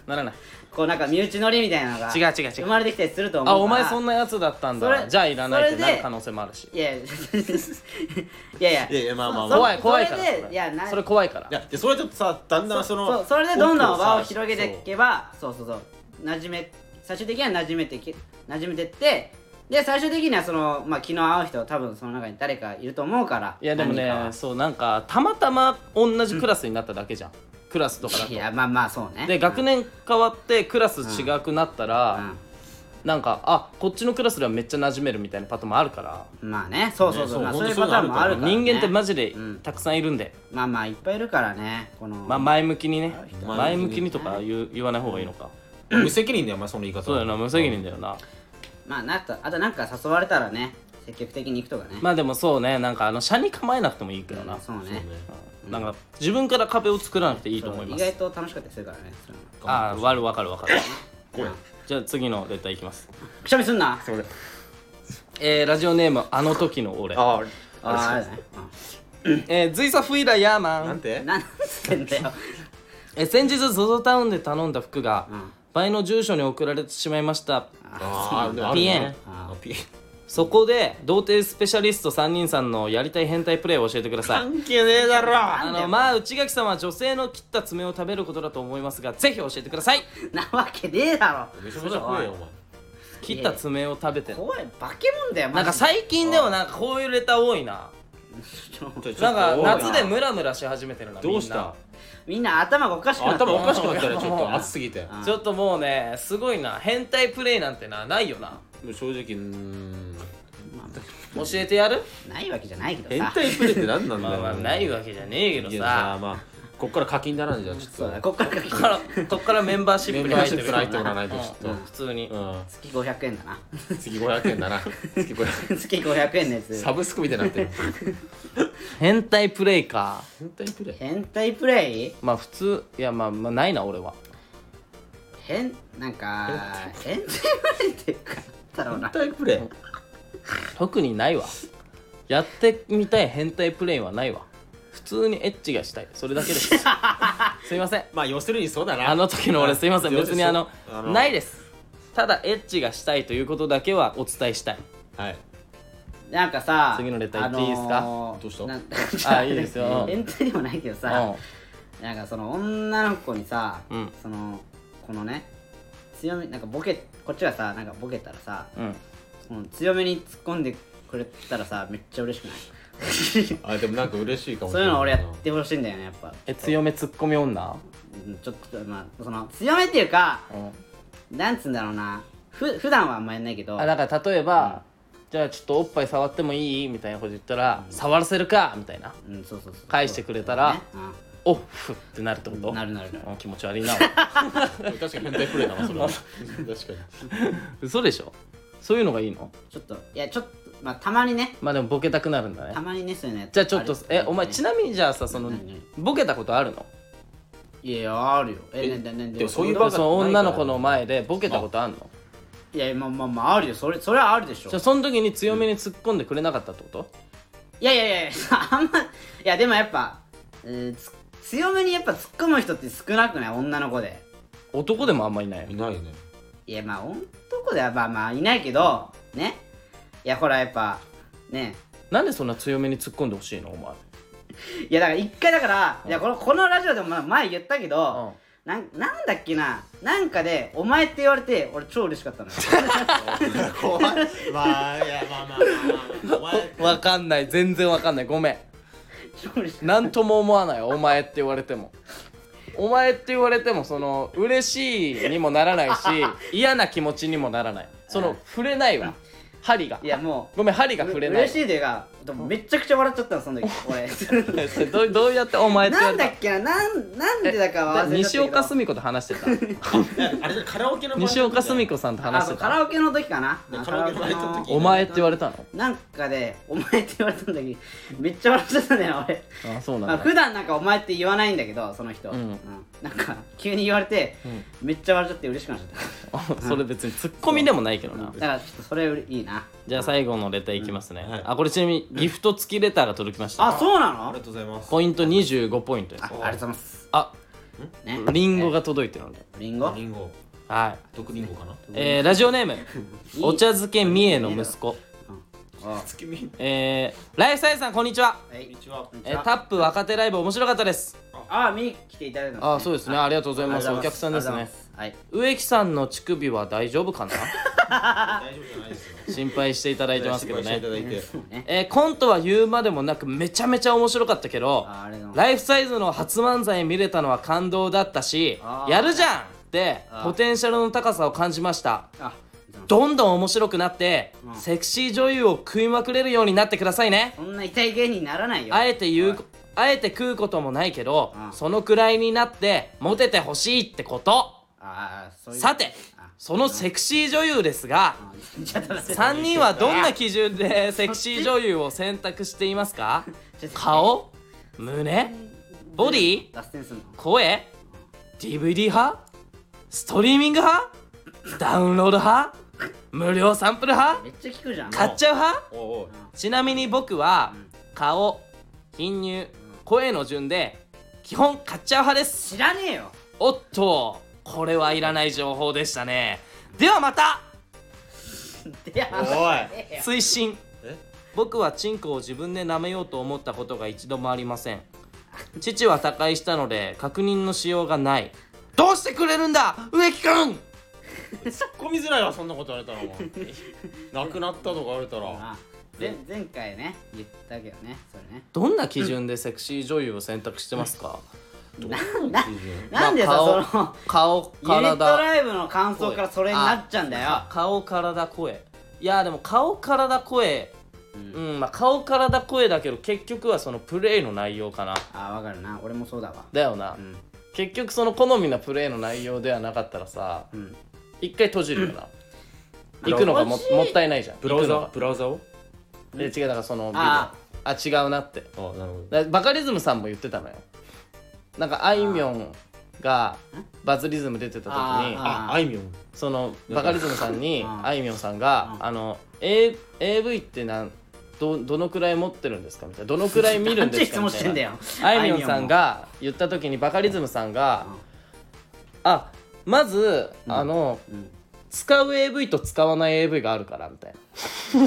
Speaker 2: ならない
Speaker 1: こうなんか身内乗りみたいなのが
Speaker 2: 違う違う違う
Speaker 1: 生まれてきたりすると思うから
Speaker 2: あお前そんなやつだったん
Speaker 1: そ
Speaker 2: だ
Speaker 1: れ
Speaker 2: じゃあいらないって
Speaker 1: それで
Speaker 2: なる可能性もあるし
Speaker 1: いやいや いやいや
Speaker 4: いやいやまあまあまあ
Speaker 2: 怖い怖いから
Speaker 1: それでいやな
Speaker 2: それ怖いから
Speaker 4: いやでそれちょっとさだんだんその
Speaker 1: そうそれでどんどん輪を
Speaker 4: さ
Speaker 1: 広げていけばそうそうそう馴染め最終的には馴染めてき馴染めてってで最終的にはそのまあ気の合う人多分その中に誰かいると思うから
Speaker 2: いやでも
Speaker 1: 何か
Speaker 2: ね
Speaker 1: は
Speaker 2: そうなんかたまたま同じクラスになっただけじゃん、クラスとかだ
Speaker 1: い
Speaker 2: と
Speaker 1: やまあまあそうね
Speaker 2: で学年変わってクラス違くなったら、なんかあこっちのクラスではめっちゃ馴染めるみたいなパターンもあるから
Speaker 1: うんまあねそうそうそう,、
Speaker 4: ね
Speaker 1: まあ、
Speaker 4: そう
Speaker 1: そういうパターンもあるから、ね、
Speaker 2: 人間ってマジで
Speaker 1: うん
Speaker 2: たくさんいるんで、
Speaker 1: まあまあいっぱいいるからねこの
Speaker 2: まあ、前向きにね
Speaker 4: うん
Speaker 2: 前向きにとか言う言わない方がいいのか、
Speaker 4: 無責任だよお前その言い方
Speaker 2: そうだよな無責任だよな、
Speaker 1: まあなんかあとなんか誘われたらね積極的に行くとかね
Speaker 2: まあでもそうねなんかあの社に構えなくてもいいけどな、
Speaker 1: そうね
Speaker 4: そうね
Speaker 2: うんなんか自分から壁を作らなくていいと思い
Speaker 1: 意
Speaker 2: ます
Speaker 1: 外と楽しかったりするからねそういうの
Speaker 2: ああわるわかる わかる
Speaker 1: これ
Speaker 2: じゃあ次のレターいきます
Speaker 1: くしゃみすんな
Speaker 4: それ
Speaker 2: えー、ラジオネームあの時の俺
Speaker 4: あ
Speaker 1: あーあれだね
Speaker 2: えー、ズイサフイラヤー
Speaker 4: あ
Speaker 2: マ
Speaker 4: なん
Speaker 2: ン、
Speaker 1: う
Speaker 4: て
Speaker 1: んなんつってんだよ
Speaker 2: えー先日 ZOZO タウンで頼んだ服が、
Speaker 1: ん
Speaker 2: 倍の住所に送られてしまいました
Speaker 4: あーでもある
Speaker 2: ピエン
Speaker 4: ねあピエン
Speaker 2: そこで童貞スペシャリスト3人さんのやりたい変態プレイを教えてください
Speaker 4: 関係ねえだろ
Speaker 2: あのまあ内垣さんは女性の切った爪を食べることだと思いますがぜひ教えてください
Speaker 1: なわけねえだろ
Speaker 4: めちゃめちゃ怖いよお前
Speaker 2: 切った爪を食べてる
Speaker 1: 怖い化け物だよ
Speaker 2: なんか
Speaker 1: 最
Speaker 2: 最近でもなんかこういうレター多いな
Speaker 4: ちょ
Speaker 2: な
Speaker 4: っと
Speaker 2: ん
Speaker 4: おい
Speaker 2: か夏でムラムラし始めてるなみ
Speaker 4: ど
Speaker 2: んな
Speaker 4: うした
Speaker 1: みんな頭がおかしくなってる
Speaker 4: 頭おかしくなったよちょっと暑すぎて
Speaker 1: うん
Speaker 2: ちょっともうねすごいな変態プレイなんてなないよな
Speaker 4: でも正直うーん
Speaker 1: うん
Speaker 2: 教えてやる
Speaker 1: ないわけじゃないけど
Speaker 3: 変
Speaker 1: さ
Speaker 3: 態プレイって何なんだ
Speaker 2: まあ
Speaker 3: よ
Speaker 2: まあないわけじゃねえけ
Speaker 3: い
Speaker 2: ど
Speaker 3: や
Speaker 2: さ
Speaker 3: さまあこっから課金だなじゃあちょ
Speaker 1: そう
Speaker 3: っ
Speaker 1: だ
Speaker 3: と
Speaker 1: こっから書き
Speaker 2: こっからこっからメンバーシッ
Speaker 3: メ
Speaker 2: プ
Speaker 3: ン
Speaker 2: に
Speaker 3: バ
Speaker 2: 入
Speaker 3: ー
Speaker 2: っ
Speaker 3: シ
Speaker 2: てる
Speaker 3: ップに入ってもらわないとちょっ
Speaker 2: う ん普通に
Speaker 3: と
Speaker 1: 月500円だな
Speaker 3: うん次500円だな次500
Speaker 1: 月500円のや
Speaker 3: 円
Speaker 1: つ
Speaker 3: サブスクみたいになってる
Speaker 2: 変態プレイか
Speaker 3: 変態プレイ
Speaker 1: 変態プレイ
Speaker 2: まあ普通いやまあまあないな俺は
Speaker 1: 変なんか変態プレイっていうかなんだろうな
Speaker 3: 変態プレイ
Speaker 2: 特にないわやってみたい変態プレイはないわ普通にエッチがしたいそれだけ ですすいません
Speaker 3: まあ要するにそうだな
Speaker 2: あの時の俺すいません別にあの
Speaker 3: あの
Speaker 2: ないですただエッチがしたいということだけはお伝えしたい
Speaker 3: はい
Speaker 1: なんかさ
Speaker 2: 次のレター行っていいですか
Speaker 3: どうした
Speaker 1: た
Speaker 2: あいいですよ
Speaker 1: 変態でもないけどさなんかその女の子にさ、
Speaker 2: うん
Speaker 1: そのこのね強みなんかボケこっちがさなんかボケたらさ、
Speaker 2: うんうん
Speaker 1: その強めに突っ込んでくれたらさめっちゃ嬉しく ない
Speaker 3: あでもなんか嬉しいかもし
Speaker 1: そう
Speaker 3: れ
Speaker 1: いう
Speaker 3: ない
Speaker 1: の俺やってほしいんだよねやっぱ
Speaker 2: え強めツッコミ女
Speaker 1: うんちょっとまあその強めっていうかなんつうんだろうなふ普段はあんまやんないけど
Speaker 2: あだから例えば、じゃあちょっとおっぱい触ってもいいみたいなこと言ったら、触らせるかみたいな
Speaker 1: うんそうそうそう
Speaker 2: 返してくれたら
Speaker 1: そうね
Speaker 2: おっふってなるってこ
Speaker 1: う
Speaker 2: と
Speaker 1: んなるなるなる
Speaker 2: うん気持ち悪いな
Speaker 3: 確かに変態プレイだなそれ は確かに
Speaker 2: 嘘でしょそういうのがいいの
Speaker 1: ちょっといやちょっとまあたまにね
Speaker 2: まあでもボケたくなるんだね
Speaker 1: たまにねそういうのや
Speaker 2: じゃあちょっと
Speaker 1: る
Speaker 2: えお前ちなみにじゃあさその
Speaker 1: 何何
Speaker 2: ボケたことあるの
Speaker 1: いやあるよえねねねね
Speaker 3: でもそういう場
Speaker 2: そ
Speaker 3: がないから
Speaker 2: の女の子の前でボケたことあるの
Speaker 1: いやまあまあまああるよそれそれはあるでしょ
Speaker 2: じゃあその時に強めに突っ込んでくれなかったってこと
Speaker 1: いやいやいや あんまいやでもやっぱ、えーつ強めにやっぱ突っ込む人って少なくない女の子で
Speaker 2: 男でもあんまいないよ
Speaker 3: いないよね
Speaker 1: いやまあ男ではまあまあいないけどねいやほらやっぱね
Speaker 2: なんでそんな強めに突っ込んでほしいのお前
Speaker 1: いやだから一回だからいやこのこのラジオでもまあ前言ったけど、なんなんだっけななんかで「お前」って言われて俺超嬉しか ったのよ
Speaker 3: 怖いまあいやまあまあまあまあ
Speaker 2: わかんない全然わかんないごめん
Speaker 1: 超嬉しかっ
Speaker 2: 何とも思わないよお前って言われてもお前って言われてもその嬉しいにもな らないし嫌な気持ちにもならないその触れないわ針が
Speaker 1: たいやもう
Speaker 2: ごめん針が触れない
Speaker 1: 嬉しいというかでもめちゃくちゃ笑っちゃったのその 時俺
Speaker 2: それどうどうやってお前って言
Speaker 1: な
Speaker 2: わ
Speaker 1: ん
Speaker 2: れ
Speaker 1: だ
Speaker 2: た
Speaker 1: っけななんなんでだかは忘れちゃったけど
Speaker 2: 西岡澄子と 話してた
Speaker 3: あれカラオケの
Speaker 2: 西岡澄子さんと
Speaker 1: あ
Speaker 2: 話し
Speaker 1: そう
Speaker 2: て
Speaker 1: カ
Speaker 2: た
Speaker 1: ラオケの時かな
Speaker 3: で
Speaker 1: あ
Speaker 3: カラオケのバイトの時
Speaker 2: お前って言われたの
Speaker 1: なんかで「お前」って言われたんだけどめっちゃ笑っちゃったんだよ俺
Speaker 2: あそう
Speaker 1: ま
Speaker 2: な
Speaker 1: あ、
Speaker 2: んだ
Speaker 1: 普段なんか「お前」って言わないんだけどその人、
Speaker 2: うん
Speaker 1: なんか急に言われて、めっちゃ笑っちゃって嬉しくなっちゃっ
Speaker 2: それ別にツッコミでもないけど
Speaker 1: ただ
Speaker 2: な
Speaker 1: からちょっとそれいいな
Speaker 2: じゃあ最後のレターいきますね、
Speaker 3: はい
Speaker 2: あこれちなみにギフト付きレターが届きました
Speaker 1: あそうな
Speaker 3: あり
Speaker 1: の
Speaker 3: がとうございます
Speaker 2: ポイント25ポイントです
Speaker 1: あありがとうございます
Speaker 2: あ
Speaker 1: ね
Speaker 2: リンゴが届いてるので
Speaker 1: リンゴ
Speaker 3: リンゴ
Speaker 2: はい
Speaker 3: 毒リンゴかな
Speaker 2: えーラジオネームお茶漬け三重の息子
Speaker 1: あ
Speaker 3: 月見
Speaker 2: えー、ライフサイズさんこんにちは、
Speaker 1: はい
Speaker 3: にちは
Speaker 2: えータップ若手ライブ面白かったです
Speaker 1: あ見に来ていただいたん
Speaker 2: あそうですねありがとうございます
Speaker 1: あり
Speaker 2: お
Speaker 1: がとうござい
Speaker 2: 客さんです
Speaker 1: あり
Speaker 2: ね
Speaker 1: がとうございますはい
Speaker 2: 植木さんの乳首は大丈夫 かな
Speaker 3: 大丈夫じゃないですよ
Speaker 2: 心配していただいてますけど
Speaker 3: 失敗してい
Speaker 2: ね
Speaker 3: ただいて
Speaker 1: そうね
Speaker 2: えーコントは言うまでもなくめちゃめちゃ面白かったけど
Speaker 1: あありがとうございます
Speaker 2: ライフサイズの初漫才見れたのは感動だったし
Speaker 1: あー
Speaker 2: やるじゃんって
Speaker 1: あー
Speaker 2: ポテンシャルの高さを感じました
Speaker 1: あ
Speaker 2: どんどん面白くなって、
Speaker 1: うん
Speaker 2: セクシー女優を食いまくれるようになってくださいね
Speaker 1: そんな痛い芸人にならないよ
Speaker 2: あえて言うこあえて食うこともないけど、
Speaker 1: うん
Speaker 2: そのくらいになってモテてほしいってこと
Speaker 1: ああそういう
Speaker 2: さて
Speaker 1: あ
Speaker 2: そのセクシー女優ですが
Speaker 1: あ ちょっと待って
Speaker 2: 3人はどんな基準でセクシー女優を選択していま すか
Speaker 1: ちょっと
Speaker 2: 顔胸ボディ
Speaker 1: 脱線すんの
Speaker 2: 声 DVD 派ストリーミング派ダウンロード派無料サンプル派
Speaker 1: めっちゃ聞くじゃん
Speaker 2: 買っちゃう派
Speaker 3: おうおう
Speaker 2: ちなみに僕は顔貧乳声の順で基本買っちゃう派です
Speaker 1: 知らねえよ
Speaker 2: おっとこれはいらない情報でしたねではまた
Speaker 1: いや
Speaker 3: おい
Speaker 2: 推進
Speaker 3: え
Speaker 2: 僕はチンコを自分で舐めようと思ったことが一度もありません父は他界したので確認のしようがないどうしてくれるんだ植木君
Speaker 3: 突っ込みづらいわそんなこと言われたらもうなくなったとか言われたら
Speaker 1: あ前前回ね言ったけどねそれね
Speaker 2: どんな基準でセクシー女優を選択してますか
Speaker 1: ななんでさ
Speaker 2: まあ
Speaker 1: その
Speaker 2: 顔
Speaker 1: ユニッ
Speaker 2: 顔
Speaker 1: ト
Speaker 2: 体
Speaker 1: ライブの感想からそれになっちゃうんだよ
Speaker 2: 顔体声いやでも顔体声うんまあ、顔体声だけど結局はそのプレーの内容かな
Speaker 1: あ分かるな俺もそうだわ
Speaker 2: だよな、
Speaker 1: うん
Speaker 2: 結局その好みなプレーの内容ではなかったらさ
Speaker 1: うん
Speaker 2: 一回閉じるよな、行くのがももったいないじゃん
Speaker 3: ブラウザ
Speaker 2: 行
Speaker 3: ブラウザを
Speaker 2: くのえ違うだからそのビデオ
Speaker 1: あ
Speaker 2: あ違うなって
Speaker 3: あなるほ
Speaker 2: だバカリズムさんも言ってたのよなんかあいみょんがバズリズム出てた時に
Speaker 1: あ
Speaker 3: ああいみょん
Speaker 2: そのバカリズムさんに
Speaker 1: あー
Speaker 2: あいみょんさんが「あの、A、AV ってなんどどのくらい持ってるんですか?」みたいな「どのくらい見るんですか?」
Speaker 1: なんて質問
Speaker 2: みた
Speaker 1: し
Speaker 2: い
Speaker 1: て
Speaker 2: なん
Speaker 1: だよ
Speaker 2: あいみょんさんが言った時にバカリズムさんが「あまず、あの
Speaker 1: ん
Speaker 2: 使う AV と使わない AV があるから」みたい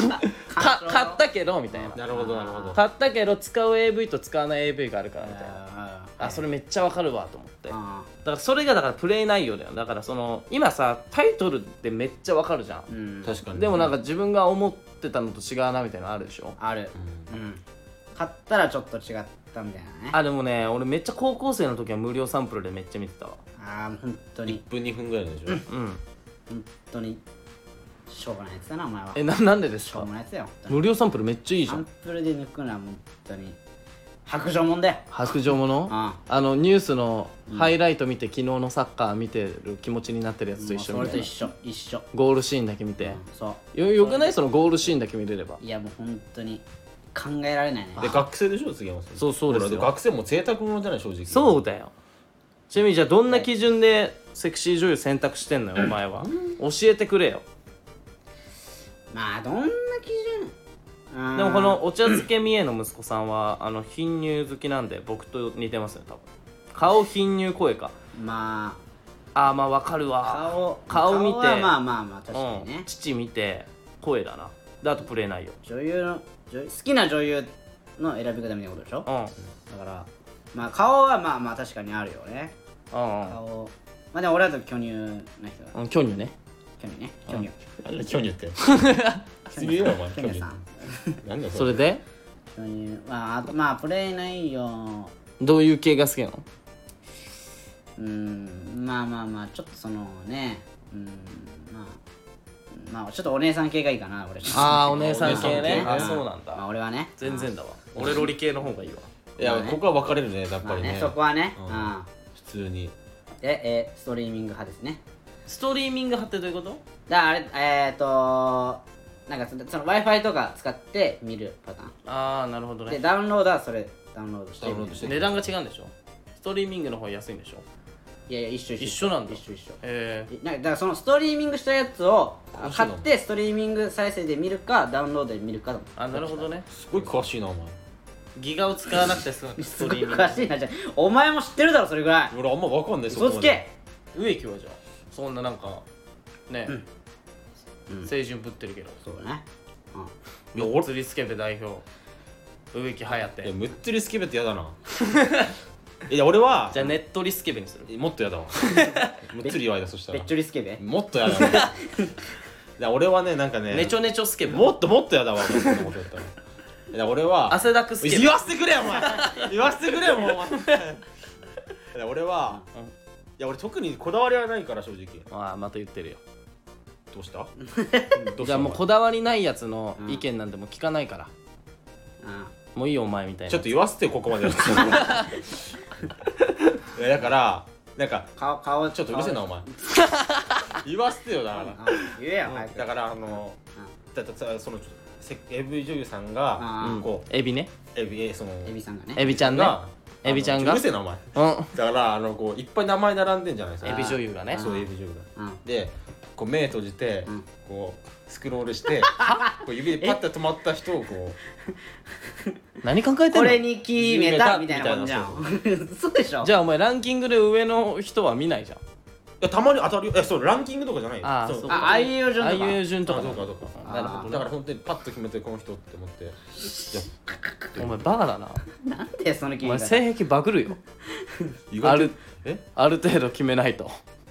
Speaker 2: な「か買ったけど」みたいな
Speaker 3: なるほどなるほ
Speaker 2: 「
Speaker 3: ど
Speaker 2: 買ったけど使う AV と使わない AV があるから」みたいな
Speaker 1: あ
Speaker 2: あそれめっちゃわかるわと思ってだか
Speaker 1: あ
Speaker 2: らそれがだからプレイ内容だよだからその今さタイトルってめっちゃわかるじゃん
Speaker 1: うん
Speaker 3: 確かに
Speaker 2: でもなんか自分が思ってたのと違うなみたいなのあるでしょ
Speaker 1: あるうん買ったらちょっと違ったみたいなね
Speaker 2: あでもね俺めっちゃ高校生の時は無料サンプルでめっちゃ見てたわ
Speaker 1: ああ本当に
Speaker 3: 1分2分ぐらいでしょ
Speaker 2: うん
Speaker 1: 本当にしょうがないやつだなお前は
Speaker 2: えななんでです
Speaker 1: しょう
Speaker 2: か
Speaker 1: もないやつだよ本当に
Speaker 2: 無料サンプルめっちゃいいじゃ
Speaker 1: サン
Speaker 2: ん
Speaker 1: プルで抜くのは本当に白状もんだよ
Speaker 2: 白状もの
Speaker 1: あ
Speaker 2: あのニュースのハイライト見て、昨日のサッカー見てる気持ちになってるやつと一緒
Speaker 1: もう
Speaker 2: み
Speaker 1: そ
Speaker 2: た
Speaker 1: れと
Speaker 2: いな
Speaker 1: 一緒一緒
Speaker 2: ゴールシーンだけ見て、
Speaker 1: そ
Speaker 2: よよくないそのゴールシーンだけ見れれば
Speaker 1: ういやもう本当に考えられないね
Speaker 3: で学生でしょ杉山さん
Speaker 2: そうそうですよ
Speaker 3: ほら学生も贅沢者じゃない正直
Speaker 2: そうだよちなみにじゃあどんな基準でセクシー女優選択してんのよお前は教えてくれよ
Speaker 1: まあどんな基準あー
Speaker 2: でもこのお茶漬け三重の息子さんはあの貧乳好きなんで僕と似てますね多分顔貧乳声か
Speaker 1: ま
Speaker 2: ああまあわかる
Speaker 1: あ
Speaker 2: わ
Speaker 1: 顔
Speaker 2: 顔見て
Speaker 1: はまあまあまあ確かに
Speaker 2: う
Speaker 1: ね
Speaker 2: ん、父見て声だなであとプレイ内容
Speaker 1: 女優の女優好きな女優の選び方みたいなことでしょ
Speaker 2: うん
Speaker 1: だからまあ顔はまあまあ確かにあるよね
Speaker 2: うんうん
Speaker 1: 顔まあでも俺だと巨乳な人だ
Speaker 2: うん、巨乳ね。
Speaker 1: 巨乳ね巨乳
Speaker 3: なんだ巨乳って すげえよお前
Speaker 1: 巨乳さん
Speaker 3: なんだ
Speaker 2: そ
Speaker 3: そ
Speaker 2: れ
Speaker 3: れ
Speaker 2: で、
Speaker 1: 巨乳まああとまあプレイ内容
Speaker 2: どういう系が好きなの
Speaker 1: うんまあまあまあちょっとそのねうんまあまあちょっとお姉さん系がいいかな俺
Speaker 2: ああ、お姉さん
Speaker 3: お
Speaker 2: 系
Speaker 3: 姉さん
Speaker 2: ね
Speaker 3: 系。ね
Speaker 2: あそうなん
Speaker 1: まあ
Speaker 2: だ。
Speaker 1: 俺はね
Speaker 2: 全然だわ。俺ロリ系の方がいいわ。
Speaker 3: いやここは分かれるねやっ
Speaker 1: ま
Speaker 3: ぱ
Speaker 1: あ
Speaker 3: り
Speaker 1: ね
Speaker 3: ね
Speaker 1: そこはね
Speaker 3: うん
Speaker 1: うん
Speaker 3: 普通に
Speaker 1: でえーストリーミング派ですね
Speaker 2: ストリーミング派ってどういうこと
Speaker 1: だからあれえっ、ー、となんかそのその Wi-Fi とか使って見るパターン
Speaker 2: ああ、なるほど
Speaker 1: で
Speaker 2: ね。
Speaker 1: ダウンロードはそれダウンロードして
Speaker 3: ダウンロードして
Speaker 2: 値段が違うんでしょストリーミングの方が安いんでしょ
Speaker 1: いやいや一緒一緒
Speaker 2: 一緒なんだ
Speaker 1: 一緒一緒
Speaker 2: え
Speaker 1: いなんかだからそのストリーミングしたやつをあ
Speaker 3: 一緒
Speaker 1: 買
Speaker 3: だも
Speaker 1: っ
Speaker 3: ん
Speaker 1: てストリーミング再生で見るかダウンロードで見るかだもん
Speaker 2: ー、あ、なるほどね。
Speaker 3: すごい詳しいなお前
Speaker 2: ギガを使わなくて済む。ス
Speaker 1: す
Speaker 2: ト
Speaker 1: ご
Speaker 2: リ
Speaker 1: い
Speaker 2: ーミング
Speaker 1: 詳。しいなじゃあお前も知ってるだろそれぐらい
Speaker 3: 俺あんま分かんない
Speaker 1: 嘘つけ
Speaker 2: 植木はじゃあ、そんななんか、ね、青春ぶってるけど。
Speaker 1: そうだねうん
Speaker 3: いや俺
Speaker 2: 釣りスケベ代表、植木
Speaker 3: いや
Speaker 2: 隼人。
Speaker 3: むっつりスケベってやだな いや俺は
Speaker 2: じゃあ、ネットリスケベにする。
Speaker 3: もっと やだわむっつり言われたそした
Speaker 1: べ
Speaker 3: ら
Speaker 1: っちょりスケベ
Speaker 3: もっとやだわいや俺はねなんかね
Speaker 2: ネチョネチョスケベ。
Speaker 3: もっともっとやだわ俺そんなことやったらいや俺は
Speaker 2: 汗だくスケベ。
Speaker 3: 言わせてくれよお前言わせてくれよ もうお前いや俺は、
Speaker 2: うん
Speaker 3: いや俺特にこだわりはないから正直
Speaker 2: ああまた言ってるよ
Speaker 3: どうした
Speaker 2: じゃあもうこ
Speaker 3: だ
Speaker 2: だわりないやつの意見なんてもう聞かないから、
Speaker 1: うん
Speaker 2: もういいよお前みたいな
Speaker 3: ちょっと言わせてよここまでい やだからなんか
Speaker 1: 顔顔
Speaker 3: ちょっとうるせえな お前言わせてよだから
Speaker 1: 顔うん言えよ早く
Speaker 3: だからあのだだだそのせ AV 女優さん
Speaker 1: あ
Speaker 3: が
Speaker 2: う
Speaker 1: あ
Speaker 2: ん
Speaker 3: こう
Speaker 2: エビね
Speaker 3: エビその
Speaker 1: エビさんがね
Speaker 2: エビちゃんね
Speaker 3: が
Speaker 2: エビちゃん
Speaker 3: あの
Speaker 2: が
Speaker 3: うるせえなお前
Speaker 2: うん
Speaker 3: だからあのこういっぱい名前並んでんじゃないです
Speaker 2: エ
Speaker 3: か
Speaker 2: ビ女優がね
Speaker 3: そうエビ女優が
Speaker 1: うん
Speaker 3: でこう目閉じて、
Speaker 1: ん
Speaker 3: こうスクロールして こう指でパッて止まった人をこ
Speaker 2: 何考えて
Speaker 1: こ
Speaker 2: ん
Speaker 1: れ
Speaker 2: の
Speaker 1: に決めたみたいなもんじゃん
Speaker 3: み
Speaker 1: そうでしょ
Speaker 2: じゃあお前ランキングで上の人は見ないじゃん
Speaker 3: ういやたまに当たるよえそうランキングとかじゃないよ
Speaker 2: あー
Speaker 3: う
Speaker 2: そう
Speaker 1: あああいう順
Speaker 2: ああ
Speaker 1: とか
Speaker 2: いう順と
Speaker 3: あ
Speaker 2: か
Speaker 3: どうかどうか
Speaker 2: なるほどね
Speaker 3: だから本当にパッと決めてこの人って思っていや
Speaker 2: お前バカだな
Speaker 1: なんでその
Speaker 2: お
Speaker 1: 決め
Speaker 2: 前
Speaker 1: 方
Speaker 2: 性癖バグるよ
Speaker 3: 意
Speaker 2: あ
Speaker 3: 外と
Speaker 2: る
Speaker 3: え
Speaker 2: ある程度決めないと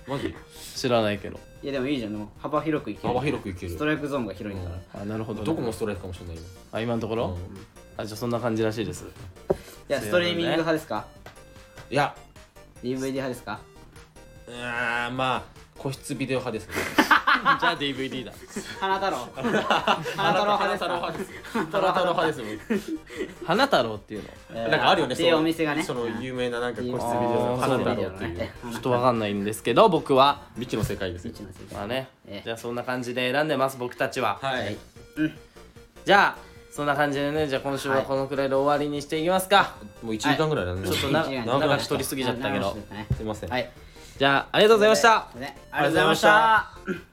Speaker 3: マジ
Speaker 2: 知らないけど
Speaker 1: いやでもいいじゃんでも幅広くいける
Speaker 3: 幅広くいける
Speaker 1: ストライクゾーンが広いんだから、
Speaker 2: あなるほどね、
Speaker 3: どこもストライクかもしれないよ
Speaker 2: あ今のところ、
Speaker 3: うん
Speaker 2: あじゃあそんな 感じらしいです
Speaker 1: じゃあストリーミング派ですか、
Speaker 3: いや
Speaker 1: DVD 派ですか
Speaker 3: うーんまあ個室ビデオ派ですね
Speaker 2: じゃあ DVD だ
Speaker 1: 花太郎花太郎派です
Speaker 3: 太郎
Speaker 1: か
Speaker 3: 派です 花太郎派ですよ
Speaker 2: 花太郎っていうのち
Speaker 1: えー
Speaker 3: なんかあるよね
Speaker 1: っていうお店がね
Speaker 3: その
Speaker 1: うん
Speaker 3: 有名ななんか個室ビデ
Speaker 1: あ
Speaker 3: オの
Speaker 2: ー
Speaker 3: 花太
Speaker 1: ビデ
Speaker 3: 郎
Speaker 1: オ
Speaker 3: っ
Speaker 1: の
Speaker 3: ていう
Speaker 1: ね
Speaker 2: ょっとわかんないんですけど僕は
Speaker 3: 未知の世界ですよ
Speaker 1: 一の世界
Speaker 2: まあね
Speaker 1: ええ
Speaker 2: じゃあそんな感じで選んでます僕たちは
Speaker 3: はい
Speaker 2: じゃあそんな感じでねじゃあ今週はこのくらいで終わりにしていきますか
Speaker 3: もう1時間ぐらいだね
Speaker 2: ちょっとな
Speaker 1: 一時間
Speaker 2: 長く取りすぎちゃったけ
Speaker 1: あ
Speaker 2: ど
Speaker 1: 直してたね
Speaker 3: すいません
Speaker 1: はい
Speaker 2: じゃあありがとうございました
Speaker 1: ありがとうございました